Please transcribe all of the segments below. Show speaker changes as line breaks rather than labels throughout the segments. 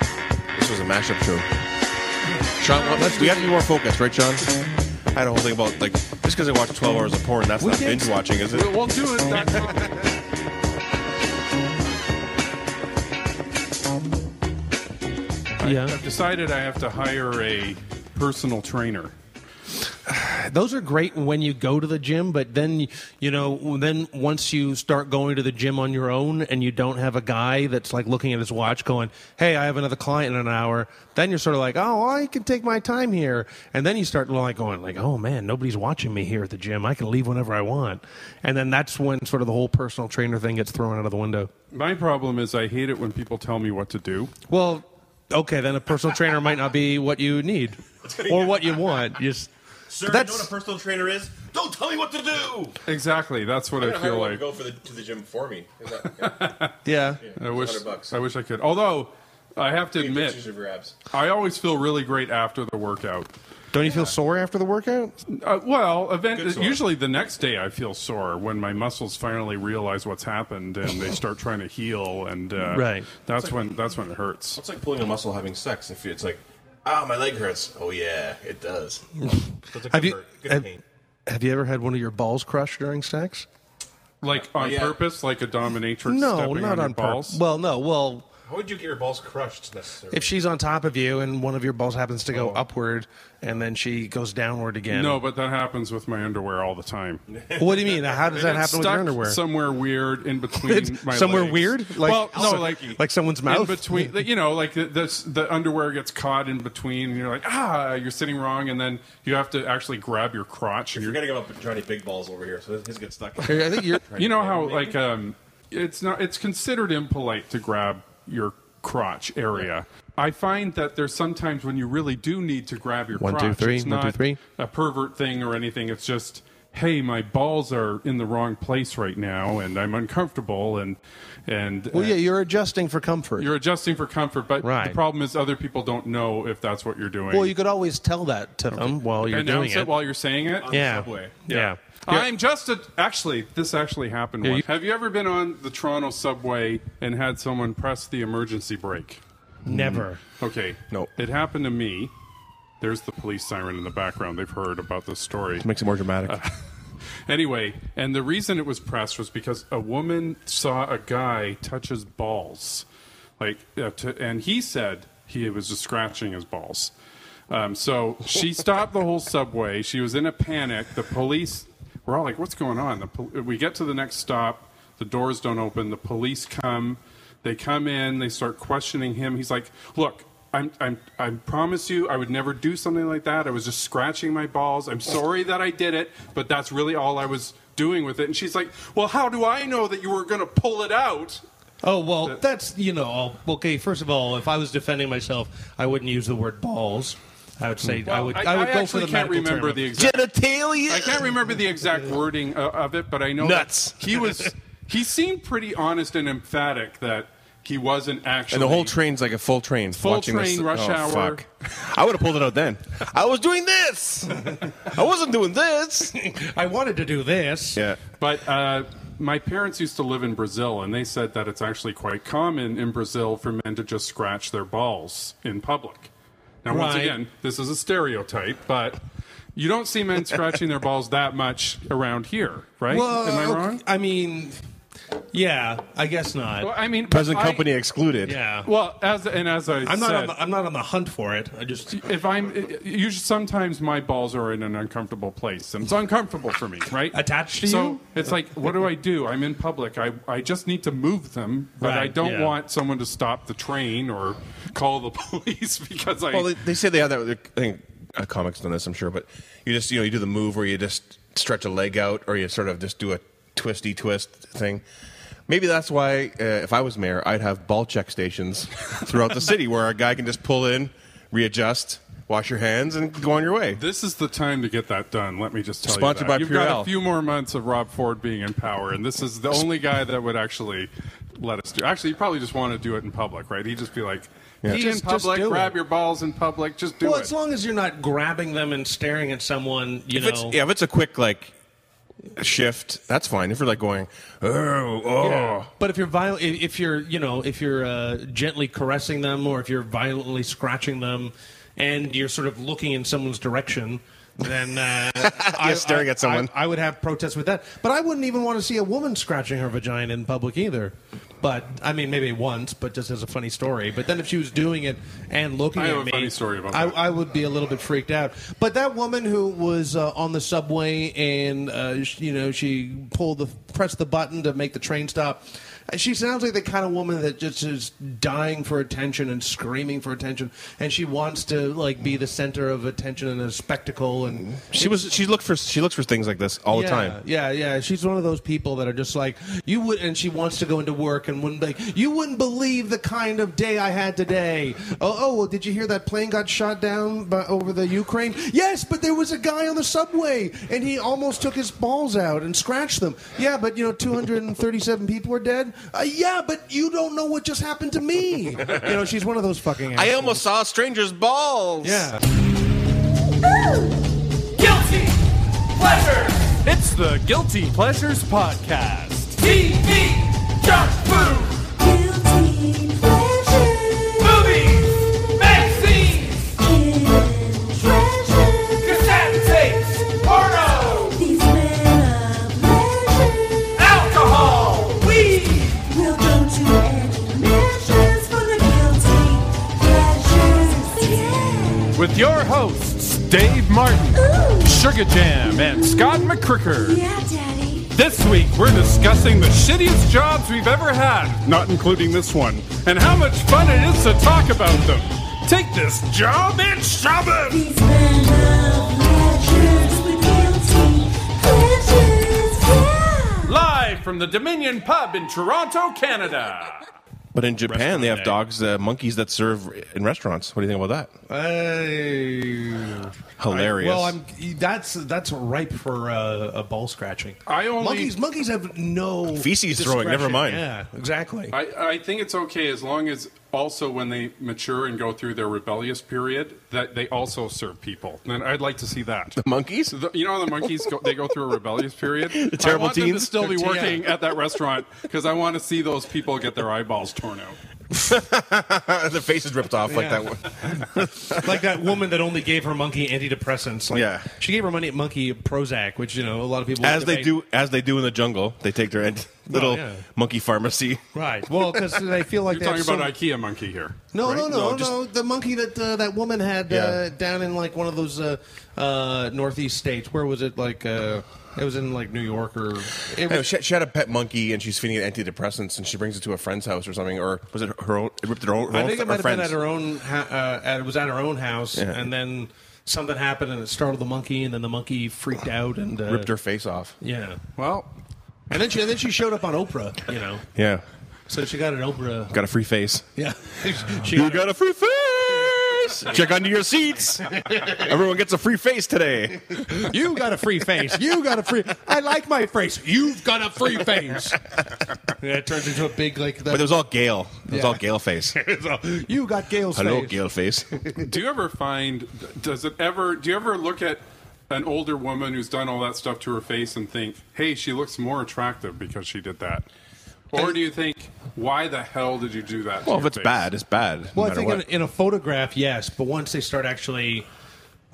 This was a mashup show. Sean, what- let's, we have to be more focused, right, Sean? I had a whole thing about like just because I watched 12 hours of porn, that's
We
not
did-
binge watching, is it?
We- We'll do it. That's-
Yeah.
I've decided I have to hire a personal trainer.
Those are great when you go to the gym, but then you know, then once you start going to the gym on your own and you don't have a guy that's like looking at his watch going, "Hey, I have another client in an hour." Then you're sort of like, "Oh, well, I can take my time here." And then you start like going like, "Oh man, nobody's watching me here at the gym. I can leave whenever I want." And then that's when sort of the whole personal trainer thing gets thrown out of the window.
My problem is I hate it when people tell me what to do.
Well, okay, then a personal trainer might not be what you need or what you want. You Just
Sir,
you know That's- what a
personal trainer is? Don't tell me what to do!
Exactly, that's what I feel like.
for the, to the gym for me.
yeah.
I wish
100 bucks.
I wish I could. Although I have to admit, I always feel really great after the workout.
Don't you feel sore after the workout?
Uh, well, event,
sore.
usually the next day I feel sore when my muscles finally realize what's happened and they start trying to heal, and uh,
Right.
that's when that's when it hurts.
It's like pulling a muscle having sex. If it's like, ah, my leg hurts. Oh, yeah, it does.
Have you have, have you ever had one of your balls crushed during sex?
Like on
Oh, yeah.
purpose, like a dominatrix.
No,
stepping
not
your
on purpose.
balls?
Well, no. Well,
How would you get your balls crushed necessarily?
if she's on top of you and one of your balls happens to go upward and then she goes downward again.
Oh. no, but that happens with my underwear all the time.
What do you mean? How does that happen with your
Stuck
underwear?
Somewhere weird in between
It's
my
somewhere
legs.
weird? Like-
well, no,
so-
like
like someone's
in
mouth?
between. You know, like the, the the underwear gets caught in between, and you're like, ah, you're sitting wrong, and then you have to actually grab your crotch, and
You're
you're
gonna go up Johnny Big Balls over here, so his gets stuck.
I think you're.
you know how like um it's not it's considered impolite to grab your crotch area i find that there's sometimes when you really do need to grab your
One, two,
crotch
three,
it's
one, two,
not
three.
a pervert thing or anything it's just hey my balls are in the wrong place right now and i'm uncomfortable and and
Well, yeah,
and
you're adjusting for comfort.
you're adjusting for comfort but
Right.
the problem is other people don't know if that's what you're doing
well, you could always tell that to them while you're doing
announce
it.
it while you're saying it
yeah.
subway.
yeah.
I'm just a. Actually, this actually happened once. Have you ever been on the Toronto subway and had someone press the emergency brake?
Never.
Okay.
No.
It happened to me. There's the police siren in the background. They've heard about this story.
Makes it more dramatic.
Anyway, and the reason it was pressed was because a woman saw a guy touch his balls, like, uh, to, and he said he was just scratching his balls. Um, so she stopped the whole subway. She was in a panic. The police were all like, "What's going on?" The pol- we get to the next stop. The doors don't open. The police come. They come in. They start questioning him. He's like, "Look, I'm, I'm, I promise you, I would never do something like that. I was just scratching my balls. I'm sorry that I did it, but that's really all I was doing with it. And she's like, Well, how do I know that you were going to pull it out?
Oh well, that's you know. I'll- Okay, first of all, if I was defending myself, I wouldn't use the word balls. I would say I would. I, would go for
Um, actually
the
can't
medical
remember
term.
the exact. I
Genitalia.
can't remember the exact wording uh, of it, but I know that
Nuts.
he was. He seemed pretty honest and emphatic that he wasn't actually.
and the whole train's like a full train.
Full
watching this-
train, rush
oh,
hour.
Fuck. I would have pulled it out then.
I was doing this. I wasn't doing this.
I wanted to do this.
Yeah.
But uh, my parents used to live in Brazil, and they said that it's actually quite common in Brazil for men to just scratch their balls in public. Now, once
Right.
again, this is a stereotype, but you don't see men scratching their balls that much around here, right?
Well,
Am I wrong?
I mean, yeah, I guess not.
Well, I mean, but
Present
I-
company excluded.
yeah,
Well, as and as I
I'm not.
said,
On the, I'm not on the hunt for it. I just.
if I'm usually sometimes my balls are in an uncomfortable place and it's uncomfortable for me, right?
Attached to
so
you?
it's like, what do I do? I'm in public. I, I just need to move them, but I
Right,
don't
yeah.
want someone to stop the train or call the police because I
Well, they, they say they have that. I think uh, comics done this, I'm sure, but you just you know you do the move where you just stretch a leg out, or you sort of just do a twisty twist thing. Maybe that's why uh, if I was mayor, I'd have ball check stations throughout the city where a guy can just pull in, readjust, wash your hands, and go on your way.
This is the time to get that done. Let me just tell
Sponsored
you that.
by
You've got
Purell.
a few more months of Rob Ford being in power, and this is the only guy that would actually let us do. Actually, he probably just want to do it in public, right? He'd just be like, pee
Just-
in
just
public,
do
grab
it.
your balls in public, just do
well,
it.
as long as you're not grabbing them and staring at someone, you
If
know.
it's, yeah, if it's a quick like shift, that's fine. If you're like going, oh, oh,
But if you're viol- if if you're you know if you're uh, gently caressing them or if you're violently scratching them, and you're sort of looking in someone's direction, then uh, I,
staring
I-
at someone.
I, I would have protests with that. But I wouldn't even want to see a woman scratching her vagina in public either. But I mean, maybe once, but just as a funny story. But then if she was doing it and looking
I
at
have a
me,
funny story about
I,
that.
I would be a little bit freaked out. But that woman who was uh, on the subway and uh, sh- you know she pulled the pressed the button to make the train stop. uh, She sounds like the kind of woman that just is dying for attention and screaming for attention, and she wants to like be the center of attention and a spectacle. And
Mm-hmm.
She was. She looked for. She looks for things like this all
yeah,
the time.
Yeah, yeah. She's one of those people that are just like you would, and she wants to go into work and wouldn't like you wouldn't believe the kind of day I had today. Oh, oh, well, did you hear that plane got shot down by, over the Ukraine? Yes, but there was a guy on the subway and he almost took his balls out and scratched them. Yeah, but you know, 237 people are dead. Uh, yeah, but you don't know what just happened to me. You know, she's one of those fucking.
I
assholes.
almost saw a stranger's balls.
Yeah.
Guilty pleasure.
It's the Guilty Pleasures Podcast.
TV, junk food,
Guilty pleasure,
movies, magazines,
hidden treasure.
cassette tapes, porno,
These men of leisure
alcohol, weed.
will go to any measures for the guilty pleasures. Yeah.
With your hosts, Dave Martin,
Ooh,
Sugar Jam, and Scott McCricker.
yeah, Daddy.
This week, we're discussing the shittiest jobs we've ever had, not including this one, and how much fun it is to talk about them. Take this job and shove it!
These men of leisure with guilty pleasures. Yeah.
Live from the Dominion Pub in Toronto, Canada.
But in Japan, they have dogs, uh, monkeys that serve in restaurants. What do you think about that?
Hey.
Hilarious.
Well, I'm that's that's ripe for uh, a ball scratching.
I only-
monkeys monkeys have no
Feces throwing, never
discretion.
mind.
Yeah, exactly.
I, I think it's okay as long as also when they mature and go through their rebellious period that they also serve people. Then I'd like to see that.
monkeys.
The- you know how the monkeys go, they go through a rebellious period. The
terrible
I want them to
teens?
still be
Yeah.
working at that restaurant because I want to see those people get their eyeballs torn out.
the face is ripped off like
Yeah.
that one.
like that woman that only gave her monkey antidepressants. Like,
Yeah.
she gave her money monkey Prozac, which you know a lot of people
As they
debate.
do, as they do in the jungle, they take their ant- little
yeah.
monkey pharmacy.
Right. Well, because they feel like
You're
they
talking
have so
about IKEA monkey here.
No,
right?
no, no, no,
just-
The monkey that uh, that woman had uh,
Yeah.
down in like one of those uh, uh, northeast states. Where was it? Like uh, it was in like New York or it
Anyway,
was,
she, she had a pet monkey, and she's feeding it antidepressants, and she brings it to a friend's house or something, or was it her own? It ripped her own. Her
I
own-
think it
her
might have been
friend's.
at her own. Ha- uh, at, it was at her own house,
Yeah.
and then something happened, and it startled the monkey, and then the monkey freaked out and uh,
ripped her face off.
Yeah,
Well,
and then she and then she showed up on Oprah, you know.
Yeah,
So she got an Oprah.
got a free face.
Yeah, she
You got a free face. Check under your seats. Everyone gets a free face today.
you got a free face. You got a free. I like my face. You've got a free face. yeah, it turns into a big like.
But it was all Gale. It was
Yeah.
all Gale face.
you got Gail's
Hello,
face.
Gale face.
do you ever find? Does it ever? Do you ever look at an older woman who's done all that stuff to her face and think, "Hey, she looks more attractive because she did that," or do you think, "Why the hell did you do that?" to
Well, Oh, if
your
it's
face?"
bad, it's bad.
Well,
no
I
matter
think in,
what.
in a photograph, yes, but once they start actually,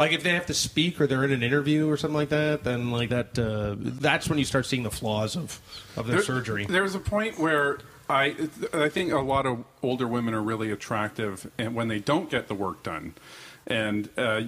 like if they have to speak or they're in an interview or something like that, then like that, uh, that's when you start seeing the flaws of of their
There-
surgery.
There's a point where I I think a lot of older women are really attractive, and when they don't get the work done, and uh,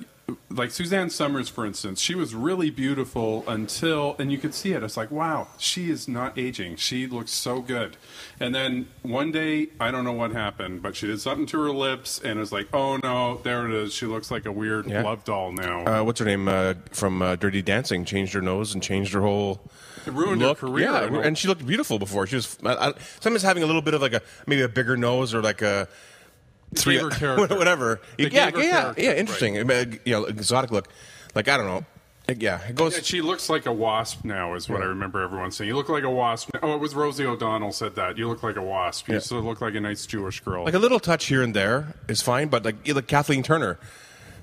like Suzanne Summers, for instance, she was really beautiful until, and you could see it. It's like, wow, she is not aging. She looks so good. And then one day, I don't know what happened, but she did something to her lips, and it's like, oh no, there it is. She looks like a weird
Yeah.
love doll now.
uh, what's her name uh, from uh, Dirty Dancing changed her nose and changed her whole
It ruined her
look.
career.
Yeah, ru- and she looked beautiful before. She was I, I, sometimes having a little bit of like a maybe a bigger nose or like a three
gave her character.
whatever.
It
yeah,
gave her
yeah,
character,
yeah. Interesting. Uh, You know, exotic look. Like I don't know. Like, yeah, it goes.
Yeah, she looks like a wasp now, is what I remember everyone saying. You look like a wasp. Oh, it was Rosie O'Donnell said that. You look like a wasp. You
Yeah.
used to look like a nice Jewish girl.
like a little touch here and there is fine, but like, like Kathleen Turner,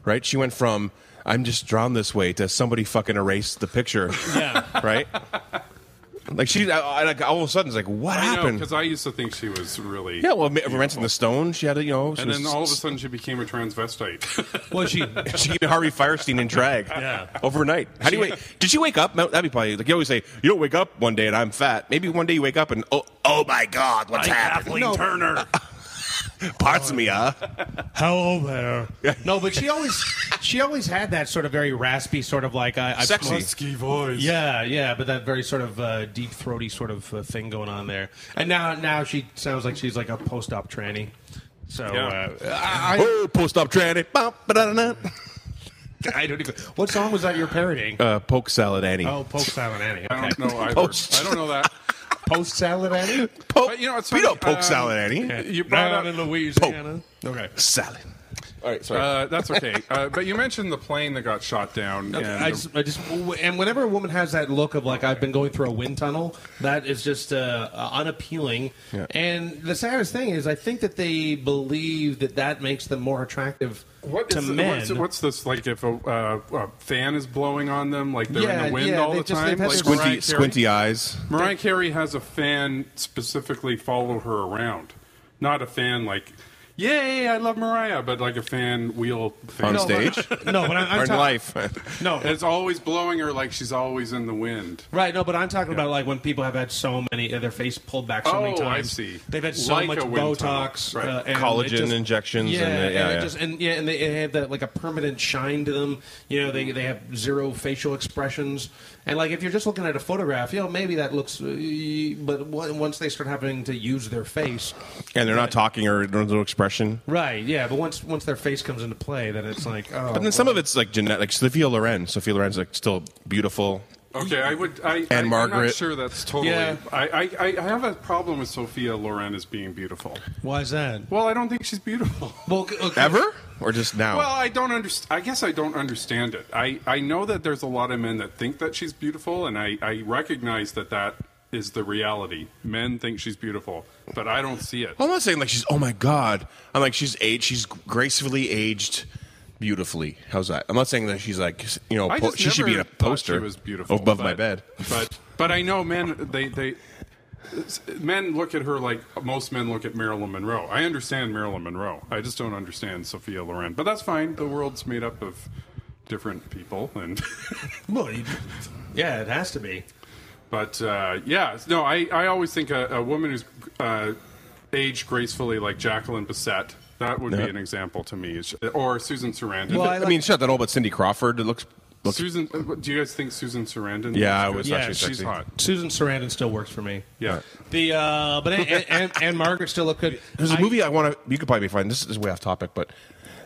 right? She went from I'm just drawn this way to somebody fucking erase the picture. Yeah. right? Like she, I, I, like, all of a sudden, it's like, what
I know,
happened?
because I used to think she was really.
yeah, well, Ransom the Stone, she had a, you know, she
And then
was-
all of a sudden she became a transvestite.
Well, she
she became Harvey Firestein in drag.
Yeah.
Overnight. How do you wake? Did she wake up? No, That'd be probably like you always say. You don't wake up one day and I'm fat. Maybe one day you wake up and oh, oh my God, what's
Ah,
happening? No,
Turner.
parts of me, huh?
Hello there.
no, but she always she always had that sort of very raspy sort of like I, I've
Sexy.
smoked-
Husky voice.
Yeah, yeah, but that very sort of uh, deep throaty sort of uh, thing going on there. And now, now she sounds like she's like a post-op tranny. So
Yeah.
uh, I,
Oh, post op tranny. Bum, ba-da-da-da.
I, I don't. Even, what song was that you're parroting?
Uh, poke salad, Annie.
oh, post salad Annie.
I
Okay.
don't
Oh,
know either.
Post-
I don't know that.
Post salad Annie.
Poke.
But you know what's
we
funny?
don't poke
Um,
salad, Annie.
You brought up
Louisiana. Okay.
Salad. All right, sorry.
Uh, that's okay. Uh, but you mentioned the plane that got shot down. and
I just, I just, and whenever a woman has that look of like I've been going through a wind tunnel, that is just uh, uh, unappealing. And the saddest thing is, I think that they believe that that makes them more attractive
what
to
is
men.
What's, what's this like? If a, uh, a fan is blowing on them, like they're
Yeah,
in the wind
yeah,
all
they
the
just-
time.
they've had
Like
this-
squinty,
Mariah Carey-
squinty eyes.
Mariah Carey has a fan specifically follow her around, not a fan like, "Yay, I love Mariah," but like a fan wheel
On
fan.
stage,
no, but I,
or
I'm
in
talking.
life.
No,
It's always blowing her like she's always in the wind.
Right, no, but I'm talking about like when people have had so many uh, their face pulled back so
Oh,
many
I
times.
see.
They've had so
Like
much
a wind
Botox,
tunnel. Right.
uh, and
Collagen
it just-
injections
yeah,
and, uh, yeah,
it
yeah.
just and yeah, and they, they have that like a permanent shine to them. You know, they they have zero facial expressions, and like if you're just looking at a photograph, you know, maybe that looks, uh, but on- once they start having to use their face,
And they're not talking or there's no expression.
right? Yeah, but once once their face comes into play, then it's like, oh,
But then some of it's like genetic. Sophia Loren. Sophia Loren's like still beautiful.
Okay, I would. I, I, I'm
Margaret.
not sure that's totally.
Yeah.
I, I, I I have a problem with Sophia Loren as being beautiful.
why is that?
Well, I don't think she's beautiful.
Well, c- okay.
Ever or just now?
Well, I don't understand. I guess I don't understand it. I, I know that there's a lot of men that think that she's beautiful, and I, I recognize that that is the reality. Men think she's beautiful, but I don't see it.
I'm not saying like she's oh my god. I'm like she's aged. She's gracefully aged beautifully. How's that? I'm not saying that she's like you know
I
po-
just
she should be
never
in a
thought
poster
She was beautiful
above my
but-
bed.
But but I know men. They they men look at her like most men look at Marilyn Monroe. I understand Marilyn Monroe. I just don't understand Sophia Loren. But that's fine. The world's made up of different people and.
Well, you- yeah, it has to be.
But uh, yeah, no, I, I always think a, a woman who's uh, aged gracefully, like Jacqueline Bisset, that would
Yeah.
be an example to me, Is- or Susan Sarandon.
Well,
I,
I like-
mean, shut that all but Cindy Crawford. It looks looks.
Susan, uh, do you guys think Susan Sarandon?
Yeah, I
good?
was
Yeah,
actually
she's
sexy.
hot.
Susan Sarandon still works for me.
Yeah,
The uh, but and, and, and Margaret still look good.
There's a movie I want to. You could probably find this is way off topic, but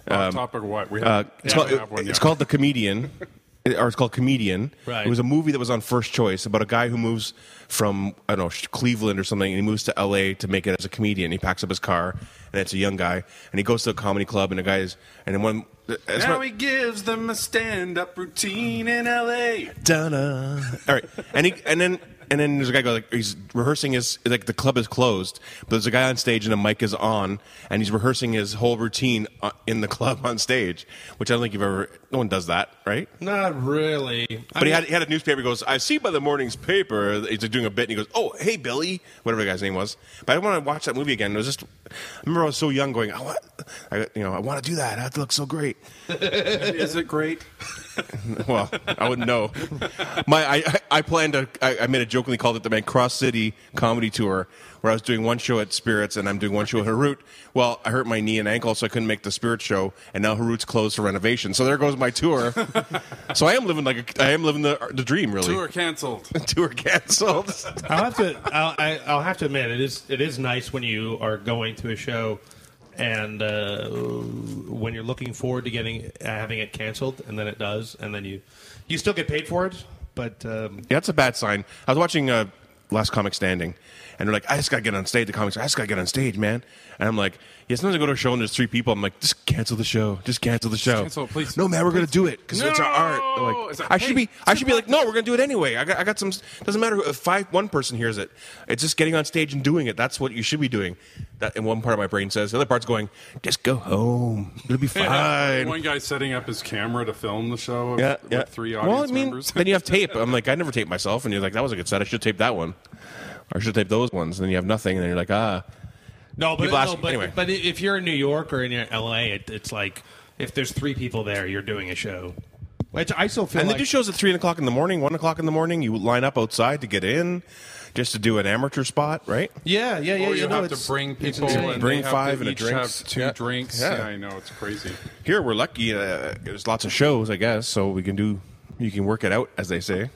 Off topic or what? We have,
Uh, it's,
we
called,
have one,
it's
yeah.
called The Comedian, or it's called Comedian.
Right.
It was a movie that was on First Choice about a guy who moves from, I don't know, Sh- Cleveland or something, and he moves to LA to make it as a comedian. He packs up his car, and it's a young guy, and he goes to a comedy club, and the guy is, and then one. It's
Now
not-
he gives them a stand-up routine in L.A.
Donna. All right, and he and then and then there's a guy go like he's rehearsing his like the club is closed, but there's a guy on stage and the mic is on, and he's rehearsing his whole routine uh, in the club on stage, which I don't think you've ever. No one does that, right?
Not really.
But he had, he had a newspaper. He goes, I see by the morning's paper. that He's doing a bit, and he goes, Oh, hey Billy, whatever the guy's name was. But I want to watch that movie again. It was just, I remember I was so young, going, I want, I, you know, I want to do that. That looks so great.
Is it great?
Well, I wouldn't know. My, I, I- I planned a, I, I made a jokingly called it the Man Cross City Comedy Tour, where I was doing one show at Spirits and I'm doing one show at Harut. Well, I hurt my knee and ankle, so I couldn't make the Spirit show, and now Harut's closed for renovation. So there goes my tour. so I am living like a, I am living the, the dream, really.
Tour canceled.
Tour canceled.
I'll have to. I'll, I, I'll have to admit it is. It is nice when you are going to a show, and uh, when you're looking forward to getting uh, having it canceled, and then it does, and then you you still get paid for it. But um,
Yeah, that's a bad sign. I was watching uh, last comic standing, and they're like, I just gotta get on stage. The comics, I just gotta get on stage, man. And I'm like, yeah. Sometimes I go to a show and there's three people. I'm like, just cancel the show. Just cancel the show.
cancel it, please.
No, man, we're gonna do it because it's our art.
No!
I'm like,
It's like,
I should
hey,
be. I should be like, no, we're gonna do it anyway. I got. I got some. Doesn't matter who- if five one person hears it. It's just getting on stage and doing it. That's what you should be doing. That and one part of my brain says. The other part's going, just go home. It'll be fine.
One guy setting up his camera to film the show
Yeah,
with,
yeah.
with three audience
well, I mean,
members.
then you have tape. I'm like, I never tape myself, and you're like, that was a good set. I should tape that one, or I should tape those ones. And then you have nothing, and then you're like, ah,
No, but,
People ask-
no, but,
anyway.
but if you're in New York or in L.A., it, it's like if there's three people there, you're doing a show. Which I still feel
and
like
they do shows at three o'clock in the morning, one o'clock in the morning. You line up outside to get in, just to do an amateur spot, right?
Yeah, yeah, yeah.
Or you,
know,
have
it's-
to bring
it's
people
insane.
and
Bring
they have
five
to
and a
each
drinks.
have two
Yeah.
drinks.
Yeah.
Yeah. I know it's crazy.
Here we're lucky. Uh, there's lots of shows, I guess, so we can do. You can work it out, as they say.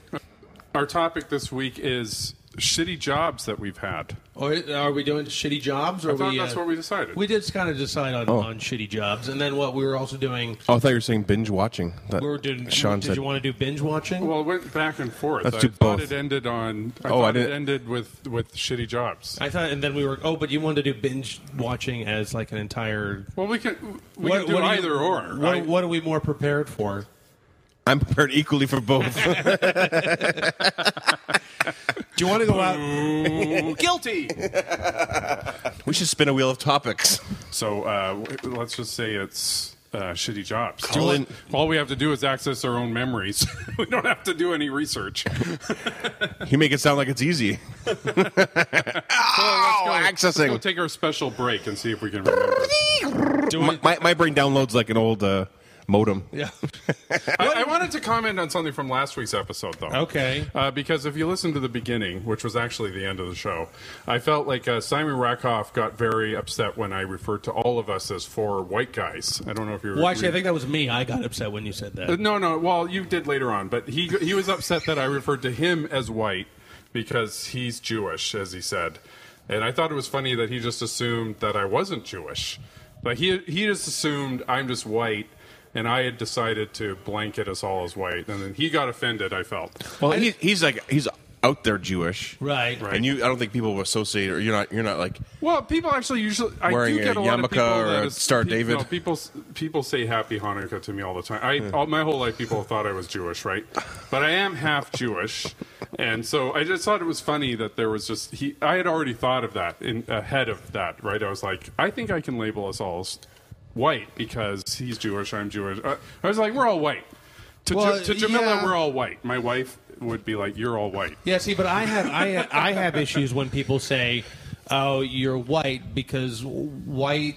Our topic this week is shitty jobs that we've had.
Or are we doing shitty jobs? Or
I thought
we,
that's
uh,
what we decided.
We did kind of decide on, on shitty jobs, and then what we were also doing.
Oh, I thought you were saying binge watching. That
We were doing.
Sean
did
said.
you want to do binge watching?
well, it went back and forth.
Let's
I
do
thought
both.
it ended on. I
Oh, I
thought it
didn't-
ended with with shitty jobs.
I thought, and then we were. Oh, but you wanted to do binge watching as like an entire.
well, we can we
what,
can do
what are you-
either or.
What,
I-
what are we more prepared for?
I'm prepared equally for both.
do you want to go out?
guilty.
we should spin a wheel of topics.
So uh, w- let's just say it's uh, shitty jobs.
Call in-
All we have to do is access our own memories. we don't have to do any research.
You make it sound like it's easy.
Let's
oh, accessing.
Let's go take our special break and see if we can remember.
my, my, my brain downloads like an old uh, modem.
Yeah.
I, I wanted to comment on something from last week's episode, though.
Okay.
Uh, because if you listen to the beginning, which was actually the end of the show, I felt like uh, Simon Rakoff got very upset when I referred to all of us as four white guys. I don't know if you.
Well, actually, I think that was me. I got upset when you said that.
Uh, No, no. Well, you did later on, but he he was upset that I referred to him as white because he's Jewish, as he said, and I thought it was funny that he just assumed that I wasn't Jewish. Like he he just assumed I'm just white, and I had decided to blanket us all as white, and then he got offended. I felt.
Well, he, he's like he's out there Jewish,
Right.
And you, I don't think people will associate, or you're not, you're not like
Well, people actually usually I
Wearing
do get
a
a, lot
yarmulke
of people
or
that
a
is-
Star
pe-
David.
No, people people say Happy Hanukkah to me all the time. I all my whole life people thought I was Jewish, right? But I am half Jewish, and so I just thought it was funny that there was just he. I had already thought of that in ahead of that, right? I was like, I think I can label us all as white because he's Jewish, I'm Jewish. Uh, I was like, we're all white. To, Ja-
Well,
to Jamila,
yeah.
we're all white. My wife would be like, you're all white.
Yeah, see, but I have I I have issues when people say, "Oh, you're white," because white.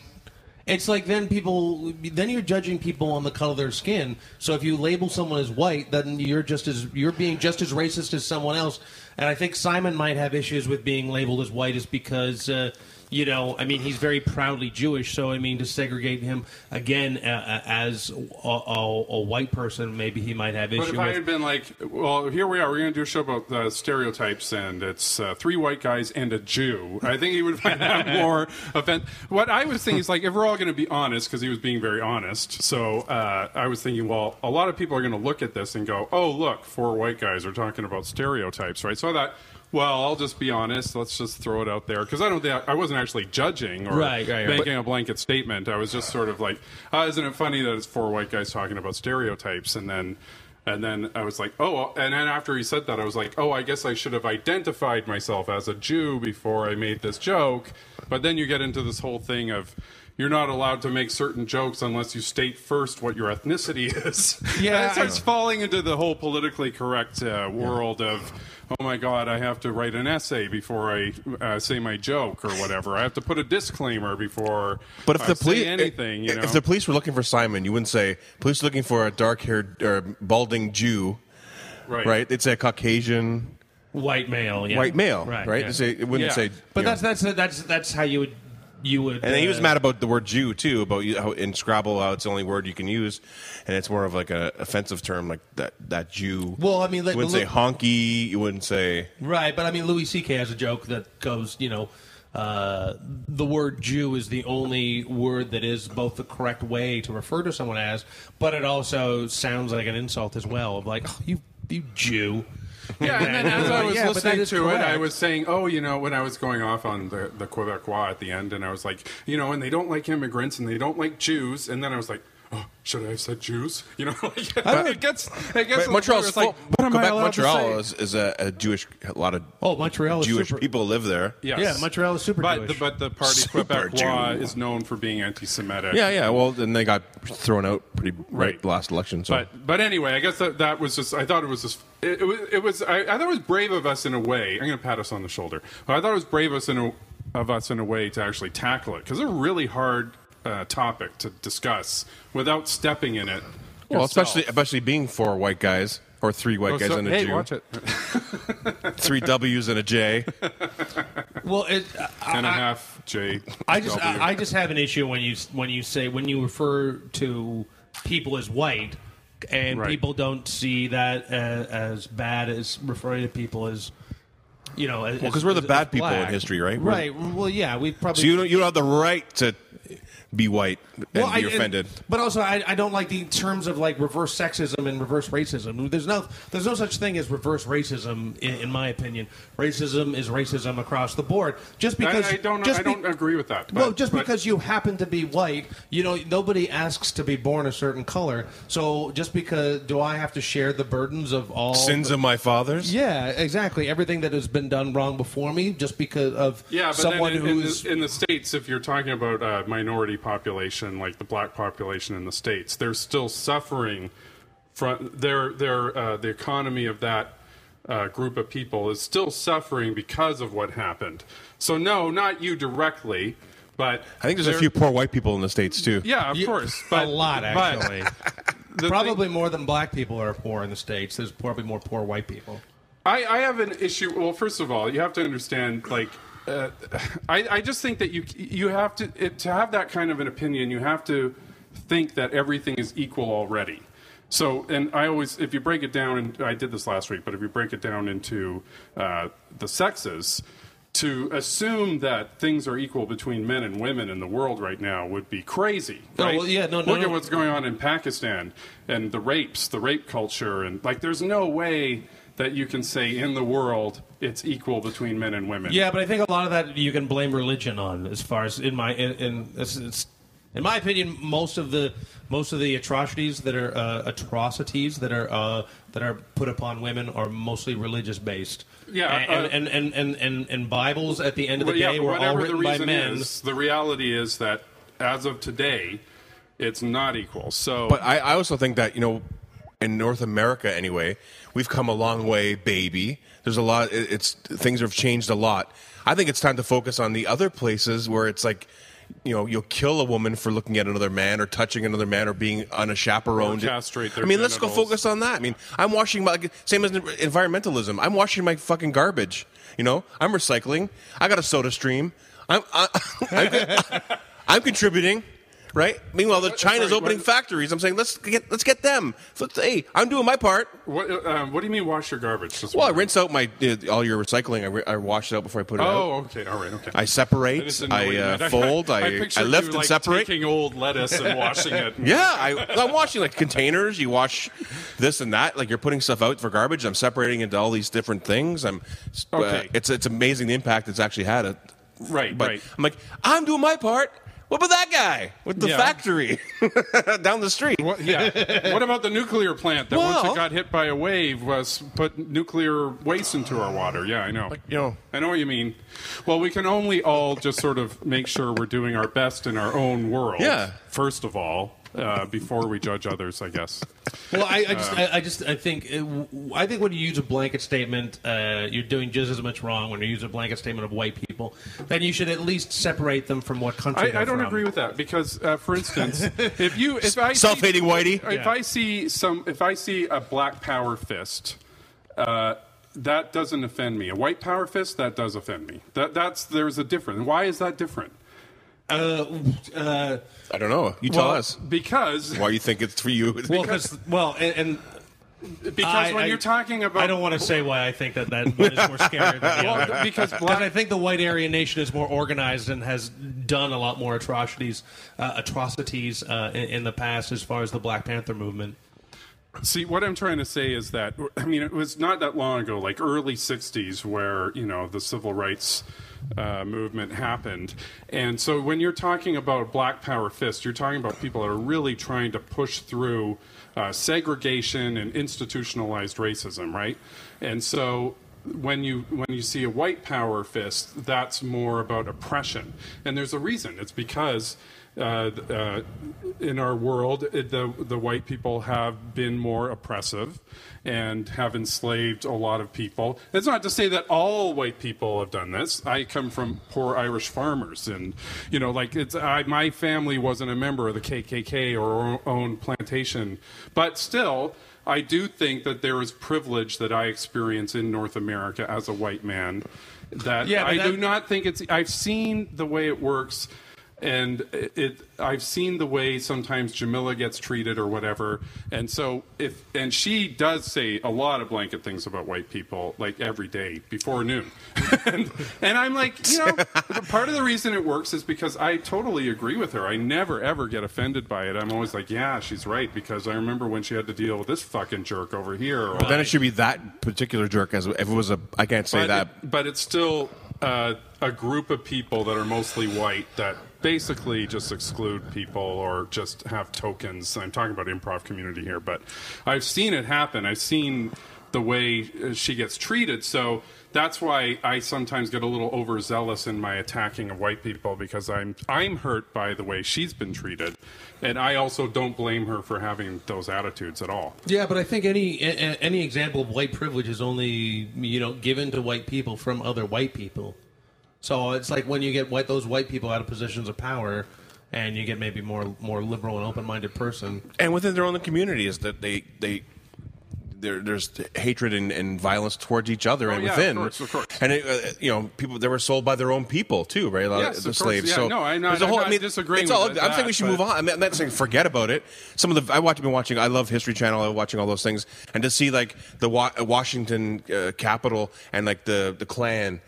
It's like then people then you're judging people on the color of their skin. So if you label someone as white, then you're just as you're being just as racist as someone else. And I think Simon might have issues with being labeled as white, is because. Uh, you know, I mean, he's very proudly Jewish, so I mean, to segregate him again uh, uh, as a, a, a white person, maybe he might have
But
issue.
if I
with.
had been like, well, here we are, we're going to do a show about uh, stereotypes, and it's uh, three white guys and a Jew, I think he would find that more offensive. What I was thinking is like, if we're all going to be honest, because he was being very honest, so uh, I was thinking, well, a lot of people are going to look at this and go, oh, look, four white guys are talking about stereotypes, right? So I thought, well, I'll just be honest. Let's just throw it out there because I don't think I wasn't actually judging or
Right, right, right.
making making a blanket statement. I was just sort of like, oh, isn't it funny that it's four white guys talking about stereotypes? And then, and then I was like, oh, and then after he said that, I was like, oh, I guess I should have identified myself as a Jew before I made this joke. But then you get into this whole thing of. You're not allowed to make certain jokes unless you state first what your ethnicity is. Yeah, and it starts falling into the whole politically correct uh, world of oh my god i have to write an essay before i uh, say my joke or whatever i have to put a disclaimer before
But if
I
the
say
police,
anything you know
if the police were looking for Simon, you wouldn't say police looking for a dark-haired or balding Jew,
right,
right? They'd say Caucasian
white male, yeah.
white male, right?
right? yeah.
They'd say, it wouldn't
Yeah.
say.
but
you
that's
know.
that's that's that's how you would you would.
And then he was
uh,
mad about the word Jew too, about you- how in Scrabble how it's the only word you can use, and it's more of like an offensive term, like that that Jew.
Well, I mean, like-
you wouldn't
but
say
look-
honky. You wouldn't say
right? But I mean, Louis C.K. has a joke that goes, you know, uh, the word Jew is the only word that is both the correct way to refer to someone as, but it also sounds like an insult as well. Of like, oh, you you Jew.
Yeah, and then as I was
Yeah, but that
listening
is
to it, I
correct.
was saying, oh, you know, when I was going off on the, the Quebecois at the end, and I was like, you know, and they don't like immigrants and they don't like Jews, and then I was like, oh, should I have said Jews? You know, like, it gets, it gets,
But Montreal's
it's like,
full-
what am I
Quebec,
allowed to say?
Montreal is, is a, a Jewish. A lot of
Oh, Montreal is
Jewish
super-
people live there.
Yes.
Yeah, Montreal is super
but
Jewish.
The, but the party
Super
Quebecois
Jew.
is known for being anti-Semitic.
Yeah, yeah. Well, then they got thrown out pretty right,
Right.
last election. So
But but anyway, I guess that, that was just I thought it was just it, it was it was I, I thought it was brave of us in a way. I'm going to pat us on the shoulder. But I thought it was brave us in a, of us in a way to actually tackle it because it's a really hard uh, topic to discuss without stepping in it.
well,
yourself.
especially especially being four white guys or three white
Oh,
guys
so-
and a
hey,
Jew,
watch it.
three W's and a J.
Well, it,
Ten and a half J.
I just
W.
I, I just have an issue when you when you say when you refer to people as white and
Right.
people don't see that as, as bad as referring to people as you know as-
Well, 'cause we're the
as-
bad
as
people in
black.
history, right? We're-
Right. Well, yeah, we probably
So you don't you don't have the right to be white and
well,
be
I-
offended.
but also, I, I don't like the terms of like reverse sexism and reverse racism. There's no there's no such thing as reverse racism, in, in my opinion. Racism is racism across the board. Just because
I don't-
just
I don't agree with that,
well,
but-
just
but-
because you happen to be white, you know, nobody asks to be born a certain color. So just because do I have to share the burdens of all
Sins of my fathers.
Yeah, exactly. Everything that has been done wrong before me, just because of
Yeah, but
someone
then in, in,
who's
the, in the states, if you're talking about uh, minority population, like the black population in the states, they're still suffering from their their uh, the economy of that uh, group of people is still suffering because of what happened. So no, not you directly, but
I think there's a
they're-
few poor white people in the states too.
Yeah, of course, but
a lot
but
actually.
the thing-
Probably more than black people are poor in the states. There's probably more poor white people.
I, I have an issue. Well, first of all, you have to understand, like, uh, I, I just think that you you have to it, to have that kind of an opinion. You have to think that everything is equal already. So, and I always, if you break it down, and I did this last week, but if you break it down into uh, the sexes, to assume that things are equal between men and women in the world right now would be crazy.
Oh,
right?
well, yeah, no,
Look
no,
at
no.
what's going on in Pakistan and the rapes, the rape culture, and like there's no way that you can say in the world it's equal between men and women.
Yeah, but I think a lot of that you can blame religion on, as far as in my in in, it's, it's, in my opinion, most of the most of the atrocities that are uh, atrocities that are uh, that are put upon women are mostly religious based.
Yeah,
and,
uh,
and, and, and, and and Bibles at the end of the
But yeah,
day
but
were all
whatever the
written by
reason
men.
is, the reality is that as of today, it's not equal. So,
But I, I also think that you know, in North America anyway, we've come a long way, baby. There's a lot. it- It's things have changed a lot. I think it's time to focus on the other places where it's like, you know, you'll kill a woman for looking at another man or touching another man or being unchaperoned.
Or castrate their
I mean, let's go
genitals.
focus on that. I mean, I'm washing my like, same as environmentalism. I'm washing my fucking garbage. You know, I'm recycling. I got a Soda Stream. I'm I, I'm, con- I'm contributing. Right. Meanwhile, the China's
sorry,
opening
what-
factories. I'm saying let's get let's get them. So, hey, I'm doing my part.
what, um, what do you mean wash your garbage? Just
Well, I
wondering.
rinse out my uh, all your recycling. I, re- I wash it out before I put it out.
Oh, okay, all right, okay.
I
I just
separate.
didn't know what
I
you
uh,
meant.
fold. I, I,
pictured
lift
you,
and
like,
separate.
Taking old lettuce and washing it.
Yeah, I, I'm washing like containers. You wash this and that. Like you're putting stuff out for garbage. I'm separating into all these different things. I'm. uh,
Okay.
it's it's amazing the impact it's actually had. It,
Right,
but
right.
I'm like I'm doing my part. What about that guy with the
Yeah.
factory down the street?
What, yeah. what about the nuclear plant that once
Well-
it got hit by a wave was put nuclear waste into our water? Yeah, I know.
you know.
I know what you mean. Well, we can only all just sort of make sure we're doing our best in our own world.
Yeah.
First of all, uh, before we judge others, I guess.
Well, I, I just, I, I just, I think, uh, w- w- I think when you use a blanket statement, uh, you're doing just as much wrong when you use a blanket statement of white people. Then you should at least separate them from what country.
I,
they're
I don't
from.
agree with that because, uh, for instance, if you if I see-
Self-hating whitey.
if
Yeah.
I see some if I see a black power fist, uh, that doesn't offend me. A white power fist that does offend me. That that's there's a difference. Why is that different?
Uh, uh,
I don't know. You tell us
because
why you think it's for you.
well, because, well, and, and
because
I-
when
I-
you're talking about
I don't want to say why I think that that one is more scary than the
Well,
other.
because
Because
black
I think the white Aryan nation is more organized and has done a lot more atrocities, uh, atrocities uh, in, in the past as far as the Black Panther movement.
See, what I'm trying to say is that, I mean, it was not that long ago, like early 60s, where, you know, the civil rights uh, movement happened. And so when you're talking about Black Power Fist, you're talking about people that are really trying to push through uh, segregation and institutionalized racism, right? And so when you when you see a white power fist, that's more about oppression, and there's a reason. It's because uh, th- uh, in our world, it, the the white people have been more oppressive and have enslaved a lot of people. It's not to say that all white people have done this. I come from poor Irish farmers, and you know, like it's I, my family wasn't a member of the KKK or owned plantation, but still. I do think that there is privilege that I experience in North America as a white man. That
Yeah, but
I do
that-
not think it's. I've seen the way it works, and it, it. I've seen the way sometimes Jamila gets treated or whatever. And so if and she does say a lot of blanket things about white people, like every day before noon. and, and I'm like, you know, the- part of the reason it works is because I totally agree with her. I never ever get offended by it. I'm always like, yeah, she's right because I remember when she had to deal with this fucking jerk over here. Or,
Then it should be that particular jerk as if it was a. I can't say
but,
that.
it- but it's still uh, a group of people that are mostly white that basically just exclude people or just have tokens. I'm talking about improv community here, but I've seen it happen. I've seen the way uh, she gets treated. So that's why I sometimes get a little overzealous in my attacking of white people because I'm I'm hurt by the way she's been treated, and I also don't blame her for having those attitudes at all.
Yeah, but I think any a- a- any example of white privilege is only you know given to white people from other white people. So it's like when you get white those white people out of positions of power, and you get maybe more more liberal and open minded person.
and within their own community is that they they there, there's hatred and, and violence towards each other and
Oh, yeah, of
within
course, of course.
and it, uh, you know people they were sold by their own people too right a lot
Yes,
of the
of course,
slaves
yeah.
so
No, I'm not-
there's a
I'm
whole-
not disagreeing
it's all,
with
I'm
that,
saying we should
but-
move on I'm not- I'm not saying forget about it some of the I watch been watching I love History Channel I'm watching all those things and to see like the Wa- Washington uh, Capitol and like the the Klan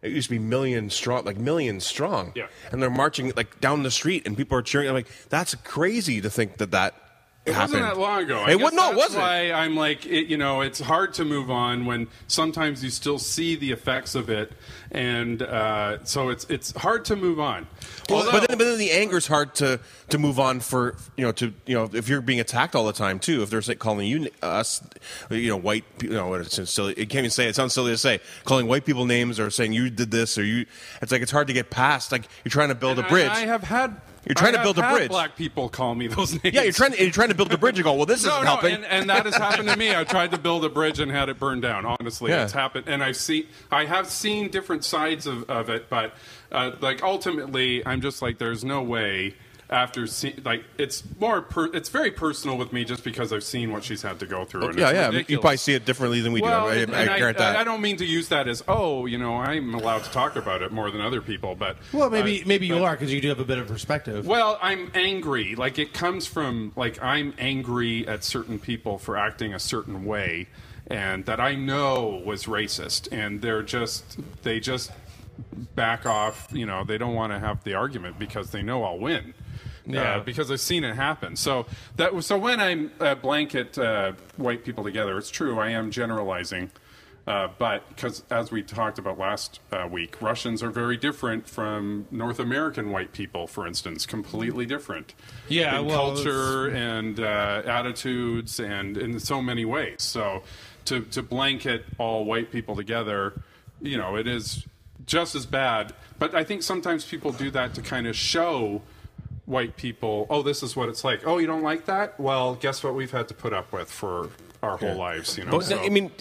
it used to be million strong like millions strong
Yeah.
and they're marching like down the street and people are cheering I'm like that's crazy to think that that
It wasn't that long ago. I
it
guess
was no, it
that's
wasn't.
Why I'm like, it, you know, it's hard to move on when sometimes you still see the effects of it, and uh, so it's it's hard to move on. Although-
but, then, but then the anger's hard to to move on for you know to you know if you're being attacked all the time too. If they're say, calling you us, you know, white pe- you know, it's silly. It can't even say. It sounds silly to say calling white people names or saying you did this or you. It's like it's hard to get past. Like you're trying to build a
and I-
bridge.
I, have had.
You're trying to
I have
build a
had
bridge.
Black people call me those names.
yeah, you're trying to you're trying to build a bridge. You go well, this
No,
isn't
no,
helping.
and, and that has happened to me. I tried to build a bridge and had it burned down. Honestly,
Yeah.
it's happened, and I've seen, I have seen different sides of, of it, but uh, like ultimately, I'm just like, there's no way. After see, like it's more, per, it's very personal with me just because I've seen what she's had to go through. and
yeah,
it's
yeah, you
ridiculous.
probably see it differently than we
Well,
do. I-
and-
I,
and
guarantee that.
I don't mean to use that as oh, you know, I'm allowed to talk about it more than other people, but
Well, maybe
uh,
maybe you
but-
are because you do have a bit of perspective.
well, I'm angry. Like it comes from like I'm angry at certain people for acting a certain way and that I know was racist and they're just they just back off, you know, they don't want to have the argument because they know I'll win. Yeah, because I've seen it happen. So that was so when I uh, blanket uh, white people together, it's true. I am generalizing, uh, but because as we talked about last uh, week, Russians are very different from North American white people, for instance, completely different.
Yeah,
in
well,
culture and uh, attitudes, and in so many ways. So to to blanket all white people together, you know, it is just as bad. But I think sometimes people do that to kind of show white people, oh, this is what it's like. Oh, you don't like that? Well, guess what we've had to put up with for our whole lives, you know.
But
so-
I mean,